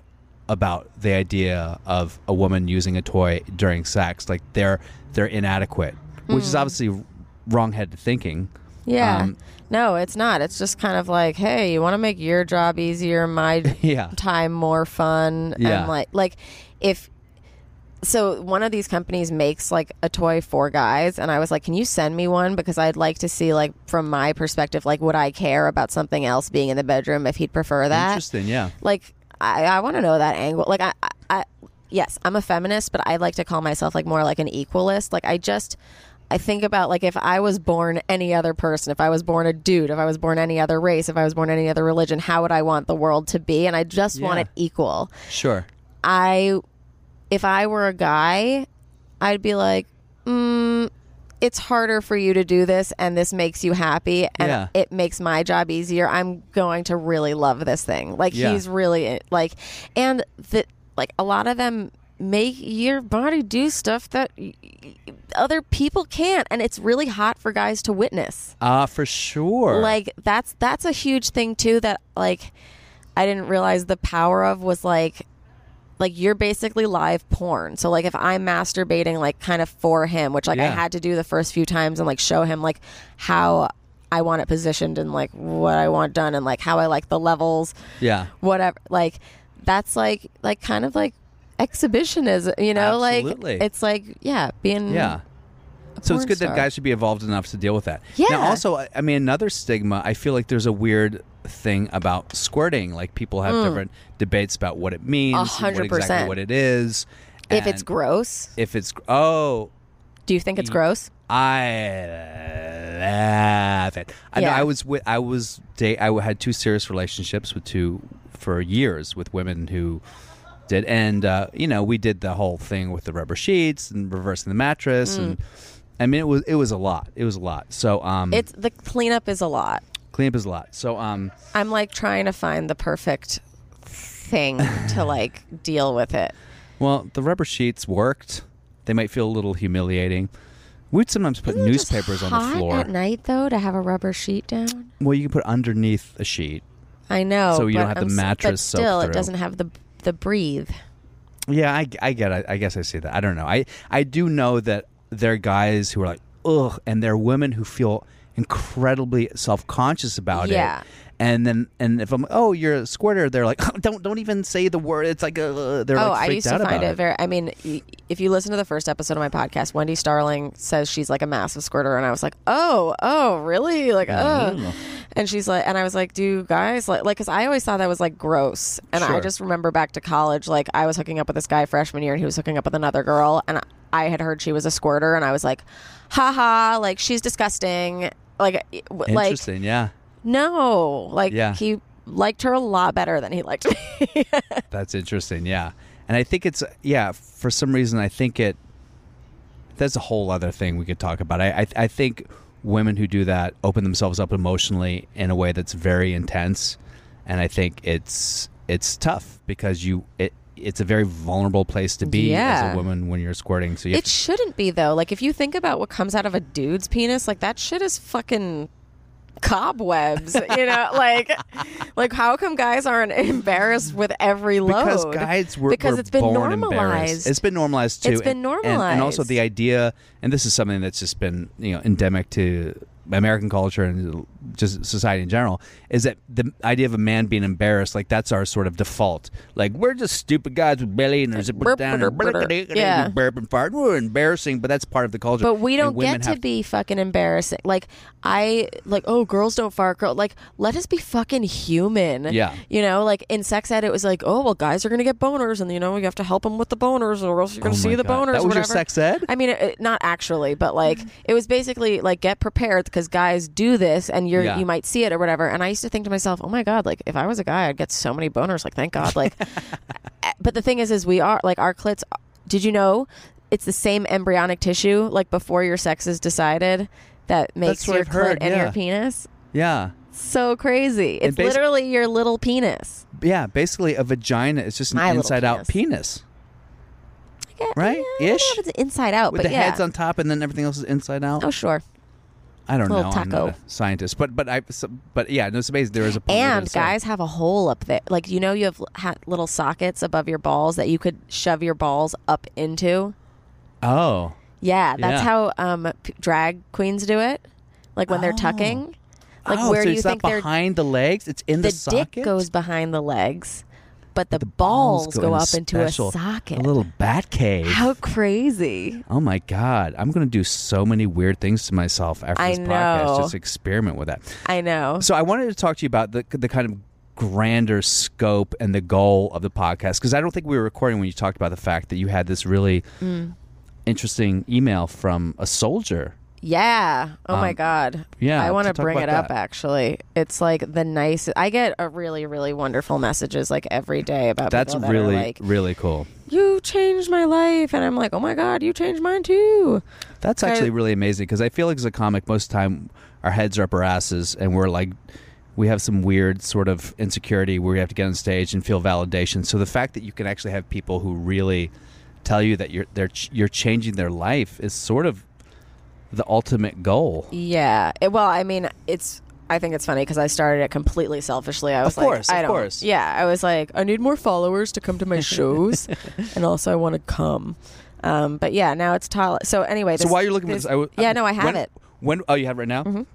S3: about the idea of a woman using a toy during sex. Like they're they're inadequate, which
S4: Mm.
S3: is obviously wrongheaded thinking.
S4: Yeah.
S3: Um,
S4: no, it's not. It's just kind of like, hey, you want to make your job easier, my
S3: [laughs] Yeah.
S4: time more fun,
S3: Yeah.
S4: and like, like if so, one of these companies makes like a toy for guys, and I was like, can you send me one because I'd like to see like from my perspective, like would I care about something else being in the bedroom if he'd prefer that?
S3: Interesting. Yeah.
S4: like I, I want to know that angle. Like I, I, I, yes, I'm a feminist, but I like to call myself like more like an equalist. Like I just, I think about like if I was born any other person, if I was born a dude, if I was born any other race, if I was born any other religion, how would I want the world to be? And I just want
S3: Yeah.
S4: it equal.
S3: Sure.
S4: I, if I were a guy, I'd be like, mm, it's harder for you to do this, and this makes you happy, and
S3: Yeah.
S4: it makes my job easier. I'm going to really love this thing. Like
S3: Yeah.
S4: he's really like, and the like a lot of them make your body do stuff that y- y- other people can't, and it's really hot for guys to witness
S3: Ah, for sure.
S4: like that's that's a huge thing too that like i didn't realize the power of was like like you're basically live porn so like if i'm masturbating like kind of for him which like i
S3: Yeah.
S4: had to do the first few times and like show him like how i want it positioned and like what i want done and like how i like the levels
S3: yeah.
S4: whatever like that's like like kind of like exhibitionism you know
S3: Absolutely.
S4: like it's like yeah being
S3: Yeah. So it's
S4: porn
S3: good that
S4: star.
S3: guys should be evolved enough to deal with that.
S4: Yeah.
S3: Now, also, I I mean, another stigma. I feel like there's a weird thing about squirting. Like people have different debates about what it means, and
S4: Mm. hundred
S3: what exactly
S4: percent.
S3: what it is.
S4: if it's
S3: and
S4: gross
S3: If it's gr- oh,
S4: do you think it's gross
S3: I love it. I know
S4: Yeah.
S3: I was with I was date I had two serious relationships with two for years with women who did and uh, you know we did the whole thing with the rubber sheets and reversing the
S4: Mm.
S3: mattress and I mean it was it was a lot it was a lot so um
S4: it's the cleanup is a lot
S3: cleanup is a lot so um
S4: I'm like trying to find the perfect thing
S3: [laughs]
S4: to like deal with it.
S3: well the rubber sheets worked they might feel a little humiliating we'd sometimes put newspapers on the floor
S4: at night though to have a rubber sheet down.
S3: well you can put underneath a sheet
S4: I know.
S3: So you don't
S4: but
S3: have the
S4: I'm s-
S3: mattress
S4: But
S3: soaked
S4: still,
S3: through.
S4: it doesn't have the the breathe.
S3: Yeah, I, I get it. I guess I see that. I don't know. I, I do know that there are guys who are like, ugh, and there are women who feel incredibly self conscious about
S4: Yeah.
S3: it. And then, and if I'm, oh, you're a squirter, they're like, [laughs] don't, don't even say the word. It's like, uh, they're
S4: oh,
S3: like
S4: I
S3: freaked
S4: used
S3: out
S4: to find
S3: about
S4: it, very. I mean, y- if you listen to the first episode of my podcast, Wendy Starling says she's like a massive squirter, and I was like, oh, oh, really? Like, oh. And she's like, and I was like, do you guys like, like, because I always thought that was like gross, and I
S3: Sure.
S4: just remember back to college, like I was hooking up with this guy freshman year, and he was hooking up with another girl, and I had heard she was a squirter, and I was like, haha, like she's disgusting, like, y- w- like
S3: Interesting. yeah.
S4: no, like
S3: Yeah.
S4: he liked her a lot better than he liked me.
S3: [laughs] That's interesting. Yeah. And I think it's yeah. For some reason, I think it. That's a whole other thing we could talk about. I I, I think women who do that open themselves up emotionally in a way that's very intense, and I think it's it's tough because you it it's a very vulnerable place to be as
S4: Yeah.
S3: a woman when you're squirting. So you have
S4: It shouldn't be though. Like if you think about what comes out of a dude's penis, like that shit is fucking cobwebs. [laughs] you know, like like how come guys aren't [laughs] embarrassed with every load?
S3: because guys were
S4: because
S3: were
S4: it's been
S3: born
S4: normalized.
S3: Embarrassed. It's been normalized too.
S4: It's been
S3: and- and- and also
S4: normalized.
S3: the idea, and this is something that's just been you know endemic to American culture and just society in general, is that the idea of a man being embarrassed, like that's our sort of default. Like we're just stupid guys with belly and our zipper
S4: burp,
S3: down and
S4: burp, burp. Yeah.
S3: burp and fart. We're embarrassing, but that's part of the culture.
S4: But we
S3: And
S4: don't
S3: women
S4: get to
S3: have-
S4: be fucking embarrassing. Like I like oh girls don't fart girl like let us be fucking human.
S3: Yeah.
S4: You know like in sex ed it was like oh well guys are gonna get boners and you know you have to help them with the boners or else you're gonna
S3: Oh,
S4: see
S3: my
S4: the
S3: God.
S4: boners.
S3: That
S4: or
S3: was your
S4: whatever.
S3: sex ed?
S4: I mean it, it- not actually but like it was basically like get prepared because guys do this and you're
S3: Yeah.
S4: you might see it or whatever. And I used to think to myself oh my god like if I was a guy I'd get so many boners like thank God like but the thing is is we are like our clits did you know it's the same embryonic tissue like before your sex is decided that makes
S3: That's what
S4: your
S3: I've heard,
S4: clit and
S3: yeah.
S4: your penis
S3: yeah.
S4: so crazy
S3: And
S4: it's
S3: basi-
S4: literally your little penis
S3: Yeah, basically a vagina is just an
S4: My little
S3: inside out penis.
S4: Yeah,
S3: Right?
S4: yeah, eh, I don't know
S3: Ish?
S4: if it's inside out
S3: With
S4: Oh, but
S3: the
S4: yeah
S3: heads on top and then everything else is inside out.
S4: oh sure
S3: I don't know.
S4: Little
S3: I'm not
S4: taco.
S3: a scientist, but but I so- but yeah, no, it's amazing. There is uh, a point where
S4: and
S3: it's like-
S4: guys have a hole up there like you know you have l- ha- little sockets above your balls that you could shove your balls up into
S3: oh,
S4: yeah that's
S3: Yeah.
S4: how um, p- drag queens do it like when they're tucking like
S3: oh,
S4: where
S3: so
S4: do you
S3: it's
S4: think
S3: not
S4: they're
S3: behind the legs? It's in the,
S4: the,
S3: socket?
S4: dick goes behind the legs, but the,
S3: The
S4: balls, go,
S3: in a
S4: up into a
S3: special-
S4: socket.
S3: a little bat cave.
S4: How crazy!
S3: oh my god, I'm gonna do so many weird things to myself after
S4: I
S3: this podcast.
S4: know.
S3: Just experiment with that.
S4: I know.
S3: So I wanted to talk to you about the the kind of grander scope and the goal of the podcast because I don't think we were recording when you talked about the fact that you had this really
S4: Mm.
S3: interesting email from a soldier.
S4: Yeah. Oh my
S3: Um,
S4: god.
S3: yeah,
S4: I want
S3: to
S4: to
S3: talk
S4: bring it
S3: about
S4: up.
S3: that.
S4: Actually, it's like the nice. I get a really, really wonderful messages like every day about
S3: That's
S4: people that are
S3: really
S4: like
S3: really cool.
S4: you changed my life, and I'm like, oh my god, you changed mine too.
S3: That's
S4: Kind of-
S3: actually really amazing because I feel like as a comic, most of the time our heads are up our asses and we're like, we have some weird sort of insecurity where we have to get on stage and feel validation. So the fact that you can actually have people who really tell you that you're they're ch- you're changing their life is sort of the ultimate goal.
S4: Yeah. It- well, I mean, it's. I think it's funny because I started it completely selfishly. I was like,
S3: course,
S4: I
S3: of
S4: don't.
S3: course.
S4: Yeah, I was like, I need more followers to come
S3: [laughs]
S4: to my shows, and also I want to come. Um, but yeah, now it's tall. So anyway,
S3: So
S4: this,
S3: while you're looking
S4: this,
S3: for this, I,
S4: yeah, no, I have
S3: when-
S4: it. Mm-hmm.
S3: When oh, you have it right now.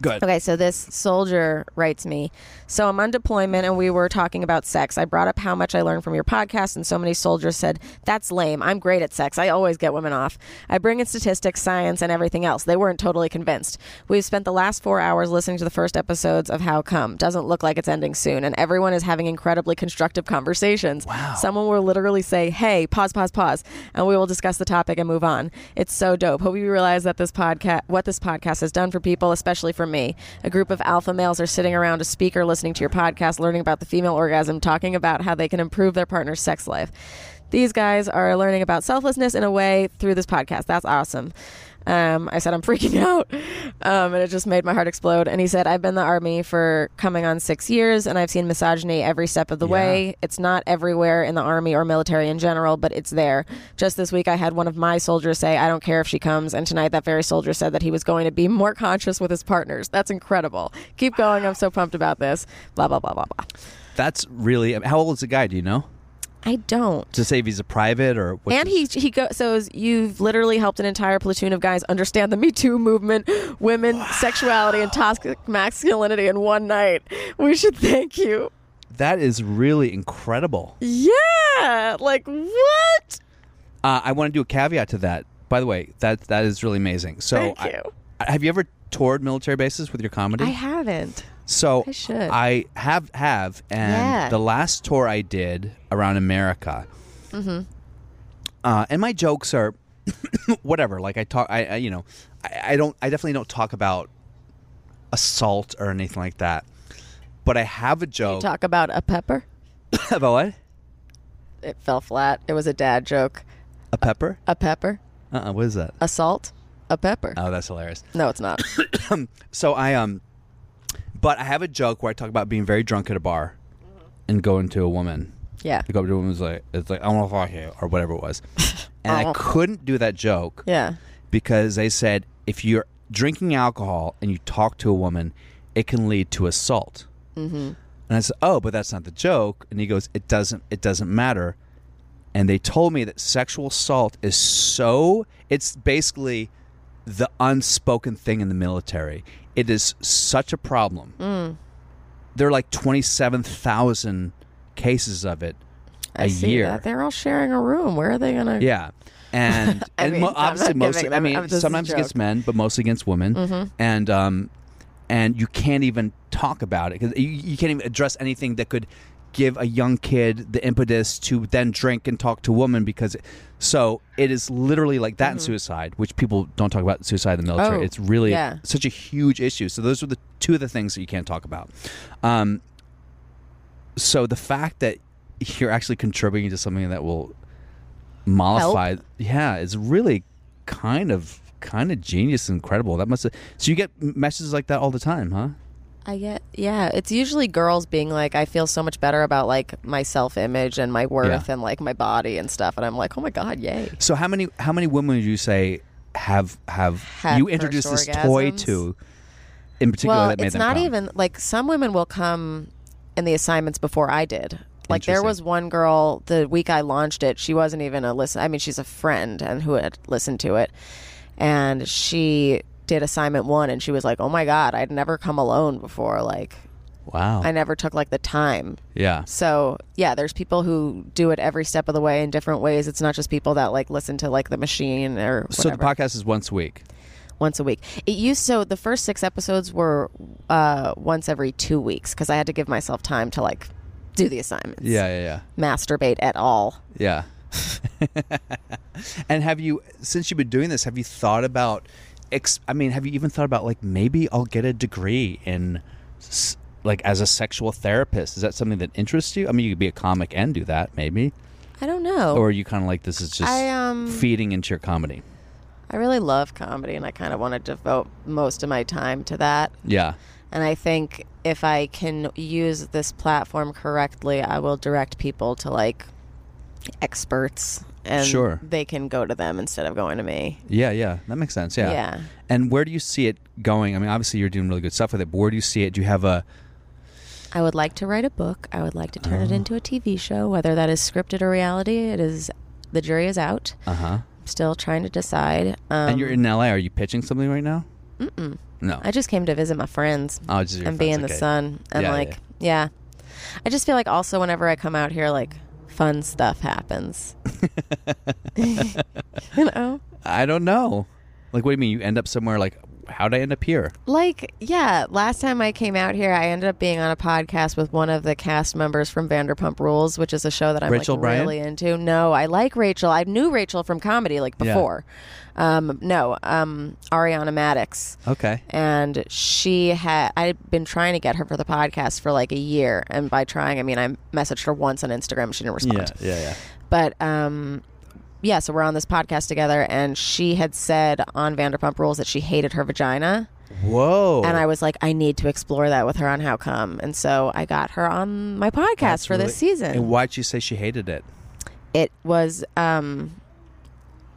S3: Good.
S4: Okay, so this soldier writes me. So I'm on deployment and we were talking about sex. I brought up how much I learned from your podcast, and so many soldiers said, That's lame. I'm great at sex. I always get women off. I bring in statistics, science, and everything else. They weren't totally convinced. We've spent the last four hours listening to the first episodes of How Come. Doesn't look like it's ending soon, and everyone is having incredibly constructive conversations. Wow. Someone will literally say, Hey, pause, pause, pause, and we will discuss the topic and move on. It's so dope. Hope you realize that this podcast, what this podcast has done for people, especially for me. A group of alpha males are sitting around a speaker listening to your podcast, learning about the female orgasm, talking about how they can improve their partner's sex life. These guys are learning about selflessness in a way through this podcast. That's awesome. Um, I said, I'm [laughs] freaking out. Um, and it just made my heart explode. And he said, I've been in the army for coming on six years and I've seen misogyny every step of the way. It's not everywhere in the army or military in general, but it's there. Just this week, I had one of my soldiers say, I don't care if she comes. And tonight, that very soldier said that he was going to be more conscious with his partners. That's incredible. Keep going. I'm so pumped about this. Blah, blah, blah, blah, blah.
S3: That's really. How old is the guy? Do you know?
S4: I don't.
S3: To say if he's a private or what
S4: and he he goes so is- you've literally helped an entire platoon of guys understand the Me Too movement, women, sexuality, and toxic masculinity in one night. We should thank you.
S3: that is really incredible.
S4: Yeah, like what?
S3: Uh, I want to do a caveat to that. By the way, that that is really amazing. So,
S4: Thank
S3: I-
S4: you.
S3: I- have you ever toured military bases with your comedy?
S4: I haven't.
S3: so
S4: I should.
S3: I have have, and
S4: Yeah.
S3: the last tour I did around America,
S4: Mm-hmm.
S3: uh, and my jokes are [coughs] whatever. Like I talk, I, I you know, I, I don't, I definitely don't talk about assault or anything like that. But I have a joke [laughs]
S4: Talk about a pepper.
S3: about what?
S4: it fell flat. It was a dad joke.
S3: A pepper?
S4: A pepper,
S3: Uh-uh, what is that?
S4: a salt, a pepper.
S3: Oh, that's hilarious.
S4: no,
S3: [coughs]
S4: it's not.
S3: So I um, but I have a joke where I talk about being very drunk at a bar, and going to a woman.
S4: Yeah.
S3: I go up to a woman's like, it's like I want to fuck you or whatever it was, and I couldn't do that joke
S4: Yeah.
S3: because they said if you're drinking alcohol and you talk to a woman, it can lead to assault. Mm-hmm. And I said, oh, but that's not the joke. And he goes, it doesn't. It doesn't matter. And they told me that sexual assault is so. It's basically the unspoken thing in the military. It is such a problem.
S4: Mm.
S3: There are like twenty-seven thousand cases of it a
S4: I see
S3: year.
S4: that. They're all sharing a room. Where are they gonna?
S3: Yeah. And
S4: [laughs] I
S3: and
S4: mean,
S3: mo-
S4: I'm not
S3: obviously
S4: giving
S3: mostly I
S4: them-
S3: mean
S4: I'm- this is a
S3: sometimes against
S4: joke. Mm-hmm.
S3: men, but mostly against women. And um and you can't even talk about it cuz you, you can't even address anything that could give a young kid the impetus to then drink and talk to a woman because so it is literally like that in suicide, which people don't talk about suicide in the military.
S4: Mm-hmm. Oh,
S3: it's really
S4: yeah.
S3: such a huge issue. So those are the two of the things that you can't talk about. Um, so the fact that you're actually contributing to something that will mollify yeah it's really kind of kind of genius and incredible that must have so you get m- messages like that all the time huh
S4: I get. Yeah, it's usually girls being like, I feel so much better about like my self image and my worth
S3: Yeah.
S4: and like my body and stuff, and I'm like, oh my god, yay.
S3: so how many how many women would you say have have
S4: Had
S3: you introduced this
S4: first
S3: toy
S4: orgasms?
S3: to in particular
S4: Well,
S3: that made
S4: it's
S3: them
S4: not
S3: come?
S4: even like some women will come in the assignments before I did. Like there
S3: Interesting.
S4: was one girl the week I launched it, she wasn't even a listen. I mean, she's a friend and who had listened to it, and she did assignment one, and she was like, "Oh my god, I'd never come alone before. Like
S3: wow
S4: I never took like the time
S3: yeah
S4: So yeah, there's people who do it every step of the way in different ways. It's not just people that like listen to like the machine or whatever
S3: so the podcast is once a week
S4: once a week. It used so the first six episodes were uh, once every two weeks because I had to give myself time to like do the assignments.
S3: yeah yeah yeah
S4: masturbate at all.
S3: Yeah. [laughs] and have you, since you've been doing this, have you thought about, ex- I mean, have you even thought about like maybe I'll get a degree in, s- like, as a sexual therapist? Is that something that interests you? I mean, you could be a comic and do that, maybe.
S4: I don't know.
S3: Or are you kind of like, this is just
S4: I, um,
S3: feeding into your comedy?
S4: I really love comedy, and I kind of want to devote most of my time to that.
S3: Yeah.
S4: And I think if I can use this platform correctly, I will direct people to like experts and
S3: Sure.
S4: they can go to them instead of going to me.
S3: Yeah, yeah. That makes sense. Yeah.
S4: Yeah.
S3: And where do you see it going? I mean, obviously you're doing really good stuff with it, but where do you see it? Do you have a,
S4: I would like to write a book. I would like to turn it
S3: Oh.
S4: into a TV show, whether that is scripted or reality. It is the jury is out.
S3: uh huh.
S4: I'm still trying to decide. Um,
S3: and you're in LA. Are you pitching something right now? Mm-mm. No.
S4: I just came to visit my friends.
S3: Oh, just your
S4: and be
S3: friends,
S4: in the
S3: okay.
S4: sun and
S3: Yeah,
S4: like
S3: yeah.
S4: yeah. I just feel like also whenever I come out here, like fun
S3: [laughs]
S4: stuff happens. [laughs] you know.
S3: I don't know. Like, what do you mean? You end up somewhere like, how'd I end up here?
S4: Like, yeah, last time I came out here, I ended up being on a podcast with one of the cast members from Vanderpump Rules, which is a show that I'm
S3: Rachel
S4: like,
S3: Bryan?
S4: really into. No, I like Rachel. I knew Rachel from comedy like
S3: Yeah.
S4: before. Um, no, um, Ariana Maddox.
S3: Okay.
S4: And she had, I'd been trying to get her for the podcast for like a year. And by trying, I mean, I messaged her once on Instagram. She didn't respond
S3: Yeah, yeah, yeah.
S4: but um yeah so we're on this podcast together and she had said on vanderpump rules that she hated her vagina
S3: Whoa.
S4: and i was like i need to explore that with her on how come and so i got her on my podcast
S3: That's
S4: for this
S3: really-
S4: season
S3: And why'd you say she hated it?
S4: it was um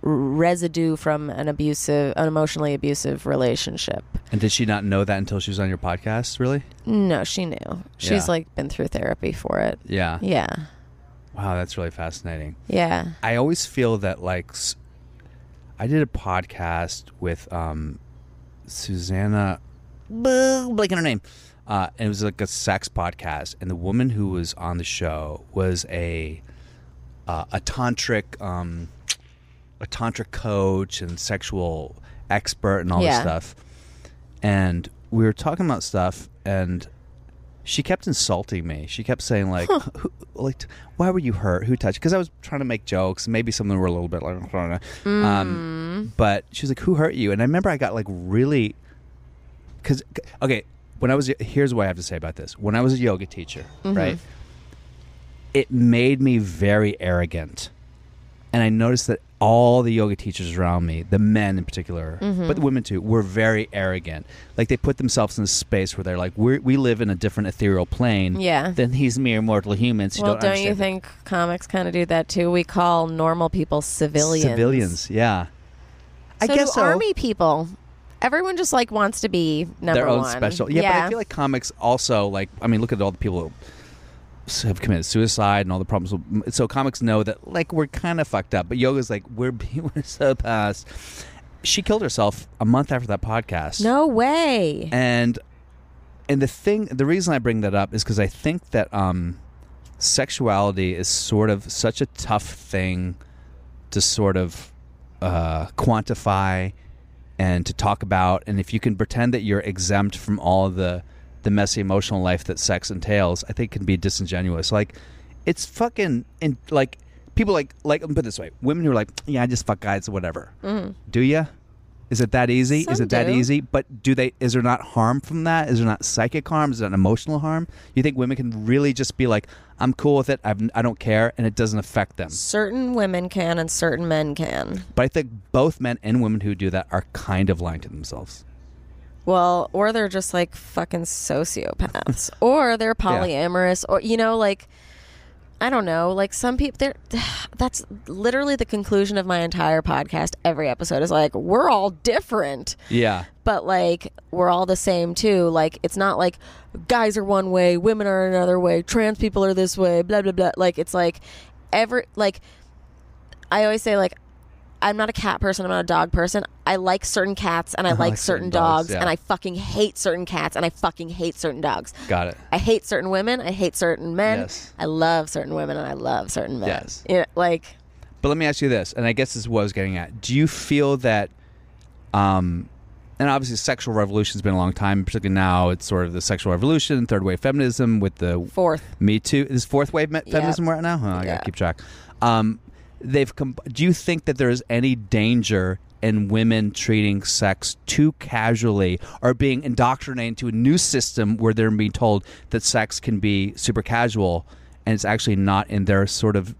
S4: residue from an abusive an emotionally abusive relationship
S3: And did she not know that until she was on your podcast? Really?
S4: no she knew she's
S3: Yeah.
S4: like been through therapy for it
S3: Yeah.
S4: yeah
S3: Wow, that's really fascinating.
S4: yeah
S3: I always feel that like, s- I did a podcast with um, Susanna, blanking her name, uh, and it was like a sex podcast, and the woman who was on the show was a uh, a tantric um, a tantric coach and sexual expert and all this
S4: Yeah.
S3: stuff. And we were talking about stuff, and she kept insulting me. She kept saying like, who, like, t- why were you hurt? Who touched? Because I was trying to make jokes. Maybe some of them were a little bit like, um, but she was like, who hurt you? And I remember I got like really, because
S4: Mm-hmm.
S3: okay, when I was here's what I have to say about this. When I was a yoga teacher, right, it made me very arrogant. And I noticed that all the yoga teachers around me, the men in particular,
S4: Mm-hmm.
S3: but the women too, were very arrogant. Like they put themselves in a space where they're like, we're, we live in a different ethereal plane
S4: Yeah.
S3: than these mere mortal humans. who
S4: well,
S3: don't,
S4: don't, you
S3: understand
S4: think comics kind of do that too? We call normal people civilians.
S3: Civilians, yeah.
S4: So
S3: I guess
S4: do
S3: so.
S4: army people. Everyone just like wants to be number
S3: their own
S4: one.
S3: special. Yeah, but I feel like comics also like I mean, look at all the people who s- have committed suicide and all the problems. with- So comics know that like we're kind of fucked up, but yoga's like we're [laughs] we're so past. She killed herself a month after that podcast.
S4: no way.
S3: and and the thing, the reason I bring that up is because I think that um, sexuality is sort of such a tough thing to sort of uh, quantify and to talk about. And if you can pretend that you're exempt from all the the messy emotional life that sex entails, I think can be disingenuous. Like it's fucking and like people like like let me put it this way: women who are like, yeah, I just fuck guys, whatever. Do you? Is it that easy? is
S4: Mm-hmm. Some
S3: it that
S4: do.
S3: easy? But do they? Is there not harm from that? Is there not psychic harm? Is there not emotional harm? You think women can really just be like, "I'm cool with it. I've, I don't care," and it doesn't affect them?
S4: certain women can and certain men can.
S3: But I think both men and women who do that are kind of lying to themselves.
S4: Well, or they're just like fucking sociopaths, or they're polyamorous, or you know, like I don't know, like some people. They're, [sighs] that's literally the conclusion of my entire podcast. Every episode is like, we're all different,
S3: Yeah.
S4: but like we're all the same too. Like it's not like guys are one way, women are another way, trans people are this way, blah blah blah. Like it's like every like I always say like I'm not a cat person, I'm not a dog person. I like certain cats and I like, certain, dogs,
S3: yeah.
S4: and I fucking hate certain cats and I fucking hate certain dogs.
S3: Got it.
S4: I hate certain women, I hate certain men.
S3: Yes.
S4: I love certain women and I love certain men.
S3: Yes.
S4: You know, like
S3: But let me ask you this, and I guess this is what I was getting at. Do you feel that, um, and obviously, sexual revolution's been a long time, particularly now. It's sort of the sexual revolution, third wave feminism, with the
S4: fourth.
S3: Me Too. Is fourth wave me- feminism right now? Huh, I
S4: Yeah.
S3: gotta keep track. Um, they've. Com- do you think that there is any danger in women treating sex too casually or being indoctrinated into a new system where they're being told that sex can be super casual and it's actually not in their sort of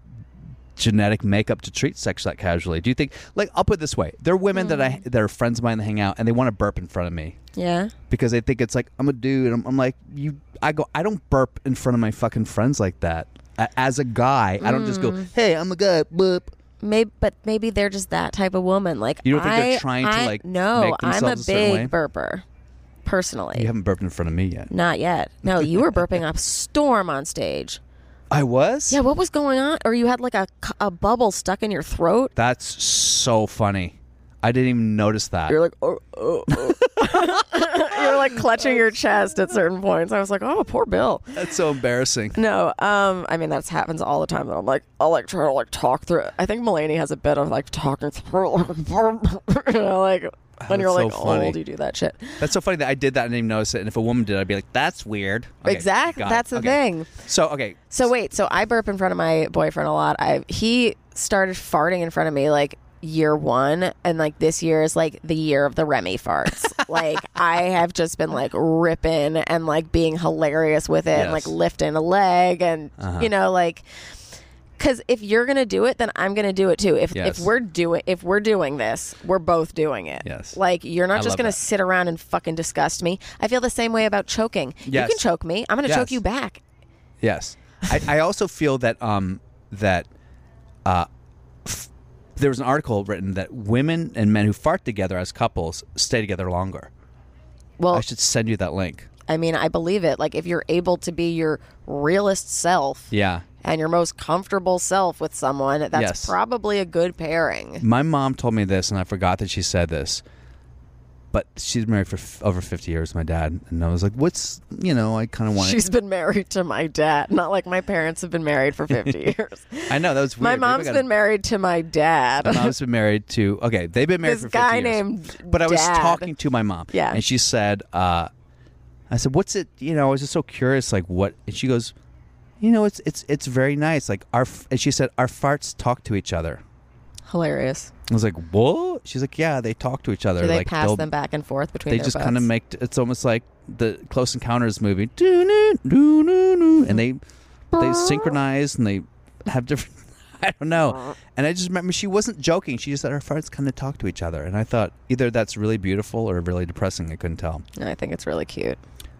S3: genetic makeup to treat sex that casually? Do you think? Like, I'll put it this way: there are women that I that are friends of mine that hang out and they want to burp in front of me
S4: Yeah.
S3: because they think it's like I'm a dude. I'm, I'm like you. I go. I don't burp in front of my fucking friends like that. A- As a guy, I don't just go,
S4: Mm.
S3: "Hey, I'm a guy." Boop.
S4: Maybe, but maybe they're just that type of woman. Like
S3: You don't think they're
S4: I-
S3: trying to,
S4: I-
S3: like,
S4: No,
S3: make
S4: I'm
S3: themselves
S4: a
S3: a certain
S4: big
S3: way?
S4: burper, personally.
S3: You haven't burped in front of me yet.
S4: Not yet. No, you were burping up storm on stage.
S3: I was.
S4: Yeah, what was going on? Or you had like a, c- a bubble stuck in your throat?
S3: That's so funny. I didn't even notice that.
S4: You're like, oh, oh, oh. [laughs] you're like clutching your chest at certain points. I was like, oh, poor Bill.
S3: That's so embarrassing.
S4: No, um, I mean that happens all the time. That I'm like, I'll like try to like talk through. It. I think Mulaney has a bit of like talking through, [laughs] you
S3: [sighs]
S4: know, like when you're
S3: that's
S4: like
S3: so funny.
S4: old, you do that shit.
S3: That's so funny that I did that and didn't even notice it. And if a woman did, I'd be like, "That's weird." Okay,
S4: exactly,
S3: got it.
S4: that's the
S3: Okay.
S4: thing.
S3: So okay,
S4: So wait, so I burp in front of my boyfriend a lot. I he started farting in front of me like year one, and like this year is like the year of the
S3: [laughs]
S4: Remy farts. like I have just been like ripping and like being hilarious with it, and
S3: Yes. Uh-huh.
S4: like lifting a leg, and you know like. Because if you're gonna do it, then I'm gonna do it too. If,
S3: Yes.
S4: if we're doing if we're doing this, we're both doing it.
S3: Yes.
S4: Like you're not
S3: I
S4: just
S3: love
S4: gonna
S3: that.
S4: sit around and fucking disgust me. I feel the same way about choking.
S3: Yes.
S4: You can choke me. I'm gonna
S3: Yes.
S4: choke you back.
S3: Yes, I, I also feel that um, that uh, f- there was an article written that women and men who fart together as couples stay together longer.
S4: Well,
S3: I should send you that link.
S4: I mean, I believe it. Like, if you're able to be your realest self
S3: Yeah,
S4: and your most comfortable self with someone, that's
S3: Yes.
S4: probably a good pairing.
S3: my mom told me this, and I forgot that she said this. But she's married for f- over fifty years. My dad and I was like, "What's you know?" I kind of want.
S4: She's been married to my dad. Not like my parents have been married for 50
S3: [laughs]
S4: years.
S3: I know that was weird.
S4: My
S3: Maybe I
S4: mom's
S3: gotta-
S4: been married to my dad.
S3: My mom's been married to okay. They've been married
S4: This
S3: for 50
S4: guy
S3: years.
S4: named
S3: But I was
S4: Dad.
S3: talking to my mom.
S4: Yeah.
S3: And she said, uh, I said, "What's it? You know, I was just so curious, like what?" And she goes, "You know, it's it's it's very nice. Like our," f-, and she said, "Our farts talk to each other."
S4: Hilarious.
S3: I was like, "Whoa!" She's like, "Yeah, they talk to each other.
S4: Do they
S3: like
S4: pass
S3: they'll-
S4: them back and forth between
S3: They
S4: their
S3: just
S4: butts?
S3: kind of make it's almost like the Close Encounters movie, doo doo doo doo doo, and they they synchronize and they have different. [laughs] I don't know. And I just remember she wasn't joking. She just let her friends kind of talk to each other. And I thought either that's really beautiful or really depressing. I couldn't tell.
S4: I think it's really cute.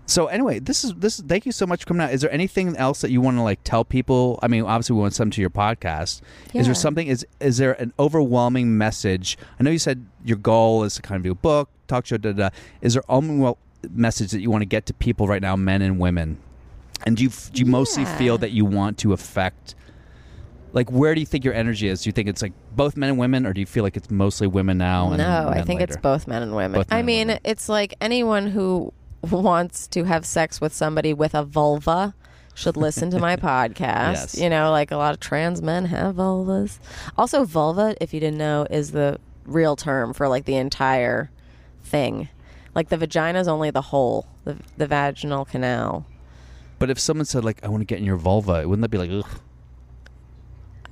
S3: So anyway, this is this. Thank you so much for coming out. Is there anything else that you want to like tell people? I mean, obviously we want some to your podcast. Is
S4: Yeah.
S3: there something? Is is there an overwhelming message? I know you said your goal is to kind of do a book, talk show, da da. da. Is there overwhelming message that you want to get to people right now, men and women? And do you f- do you mostly
S4: Yeah.
S3: feel that you want to affect? Like, where do you think your energy is? Do you think it's like both men and women, or do you feel like it's mostly women now? And
S4: No, I
S3: men
S4: think it's
S3: later?
S4: both men and women.
S3: Both men
S4: I
S3: and
S4: mean,
S3: women.
S4: it's like anyone who wants to have sex with somebody with a vulva should listen
S3: [laughs]
S4: to my podcast.
S3: Yes.
S4: You know, like a lot of trans men have vulvas. Also, vulva, if you didn't know, is the real term for like the entire thing. Like the vagina is only the hole, the, the vaginal canal.
S3: But if someone said like, "I want to get in your vulva," wouldn't that be like, ugh?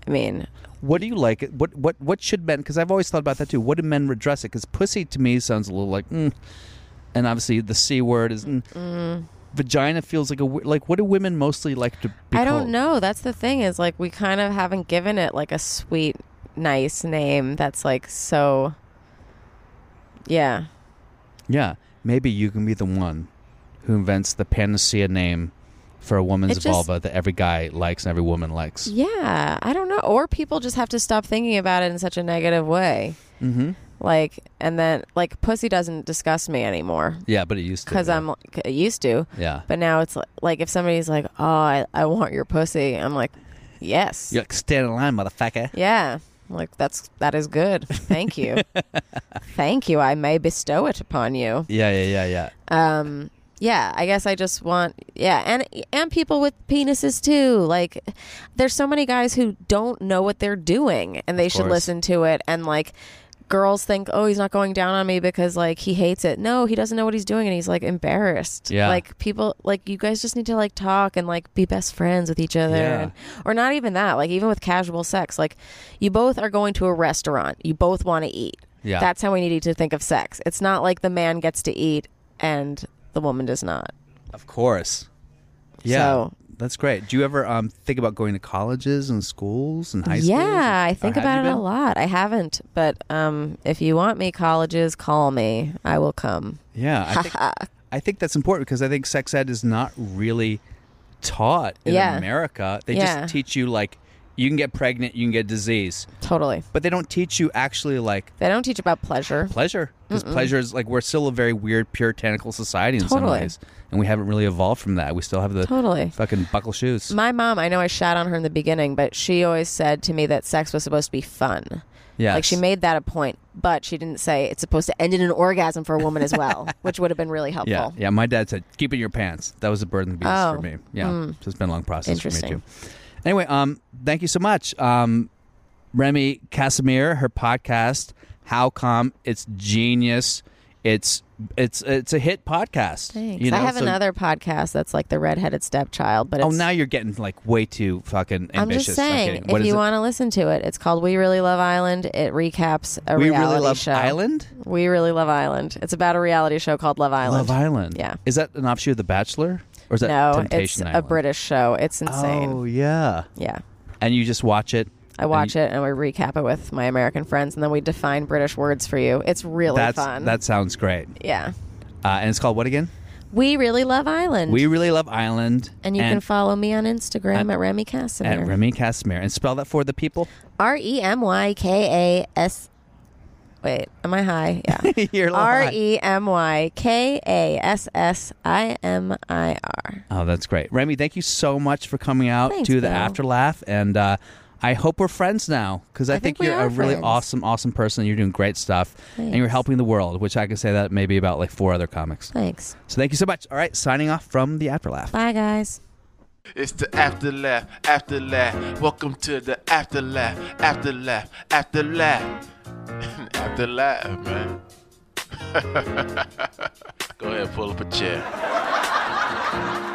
S4: I mean,
S3: What do you like? What what what should men? Because I've always thought about that too. What do men redress it? Because pussy to me sounds a little like, mm. and obviously the c word is. Mm. Vagina feels like a w- like. What do women mostly like to? Be
S4: I don't
S3: called?
S4: know. That's the thing is like we kind of haven't given it like a sweet, nice name that's like so. Yeah.
S3: Yeah, maybe you can be the one who invents the panacea name for a woman's
S4: It just-
S3: vulva that every guy likes and every woman likes.
S4: Yeah. I don't know. Or people just have to stop thinking about it in such a negative way.
S3: Mm-hmm.
S4: Like, and then like pussy doesn't disgust me anymore
S3: Yeah, but it used to.
S4: because
S3: yeah.
S4: I'm like, used to.
S3: Yeah.
S4: But now it's like, like if somebody's like, oh, I, I want your pussy, I'm like, yes.
S3: You're like stand in line, motherfucker.
S4: Yeah. Like that's that is good. Thank
S3: [laughs]
S4: you. Thank you. I may bestow it upon you.
S3: Yeah, yeah, yeah, yeah.
S4: Um yeah, I guess I just want yeah, and and people with penises too. Like there's so many guys who don't know what they're doing and they should
S3: course.
S4: listen to it and like girls think, "Oh, he's not going down on me because like he hates it." No, he doesn't know what he's doing and he's like embarrassed.
S3: Yeah.
S4: Like people like you guys just need to like talk and like be best friends with each other
S3: Yeah.
S4: and or not even that like even with casual sex like you both are going to a restaurant you both want to eat
S3: Yeah.
S4: that's how we need to think of sex it's not like the man gets to eat and the woman does not
S3: Of course. Yeah.
S4: So-
S3: that's great. Do you ever um, think about going to colleges and schools and high schools?
S4: yeah i
S3: Or
S4: think
S3: Uh, have
S4: about
S3: you
S4: it a
S3: been?
S4: lot i haven't but um, if you want me colleges call me i will come
S3: Yeah. I
S4: [laughs]
S3: think, I think that's important because I think sex ed is not really taught in
S4: Yeah.
S3: America. They
S4: Yeah.
S3: just teach you, like, you can get pregnant, you can get disease,
S4: totally
S3: but they don't teach you actually, like,
S4: they don't teach about pleasure
S3: pleasure. Because pleasure is like, we're still a very weird puritanical society in some
S4: Totally.
S3: ways. And we haven't really evolved from that. We still have the
S4: Totally.
S3: fucking buckle shoes.
S4: my mom i know i shot on her in the beginning but she always said to me that sex was supposed to be fun
S3: yeah.
S4: Like she made that a point, but she didn't say it's supposed to end in an orgasm for a woman as
S3: [laughs]
S4: well, which would have been really helpful.
S3: Yeah, yeah. My dad said, "Keep it in your pants." That was a burden of beast
S4: Oh,
S3: for me. Yeah, so it's been a long process for me too.
S4: Interesting.
S3: Anyway, um, thank you so much, um, Remy Casimir. Her podcast, How Come, it's genius. It's it's it's a hit podcast.
S4: Thanks.
S3: you know,
S4: I have
S3: so-
S4: another podcast that's like the redheaded stepchild, but it's,
S3: Oh, now you're getting like way too fucking ambitious.
S4: I'm just
S3: Okay,
S4: saying,
S3: what
S4: if
S3: is
S4: you
S3: it?
S4: want to listen to it, it's called We Really Love Island. It recaps a
S3: we
S4: reality
S3: really love
S4: show.
S3: Island.
S4: We Really Love Island. It's about a reality show called Love Island.
S3: Love Island.
S4: Yeah.
S3: Is that an offshoot of The Bachelor, or is that
S4: no, it's
S3: Temptation Island?
S4: a British show. It's insane.
S3: Oh yeah.
S4: Yeah.
S3: And you just watch it.
S4: I watch it and we recap it with my American friends, and then we define British words for you. It's really
S3: That's
S4: fun.
S3: that sounds great.
S4: yeah.
S3: Uh, and it's called what again?
S4: We really love Island.
S3: We really love Island.
S4: And you can follow me on Instagram at Remy Casimir.
S3: at Remy Casimir and spell that for the people. [laughs]
S4: R E M Y K A S. Wait, am I high? Yeah.
S3: You're
S4: R
S3: live.
S4: E M Y K A S S I M I R.
S3: Oh, that's great, Remy. Thank you so much for coming out
S4: Thanks,
S3: to the
S4: Bill.
S3: after laugh, and uh, I hope we're friends now because I,
S4: I think we
S3: you're a
S4: are
S3: really
S4: friends.
S3: awesome, awesome person. You're doing great stuff, and you're
S4: Thanks.
S3: helping the world, which I can say that maybe about like four other comics.
S4: Thanks.
S3: So thank you so much. All right, signing off from the after laugh.
S4: Bye, guys.
S2: It's the after laugh, after laugh. Welcome to the after laugh, after laugh, after [laughs] laugh, after laugh, man. [laughs] Go ahead, pull up a chair.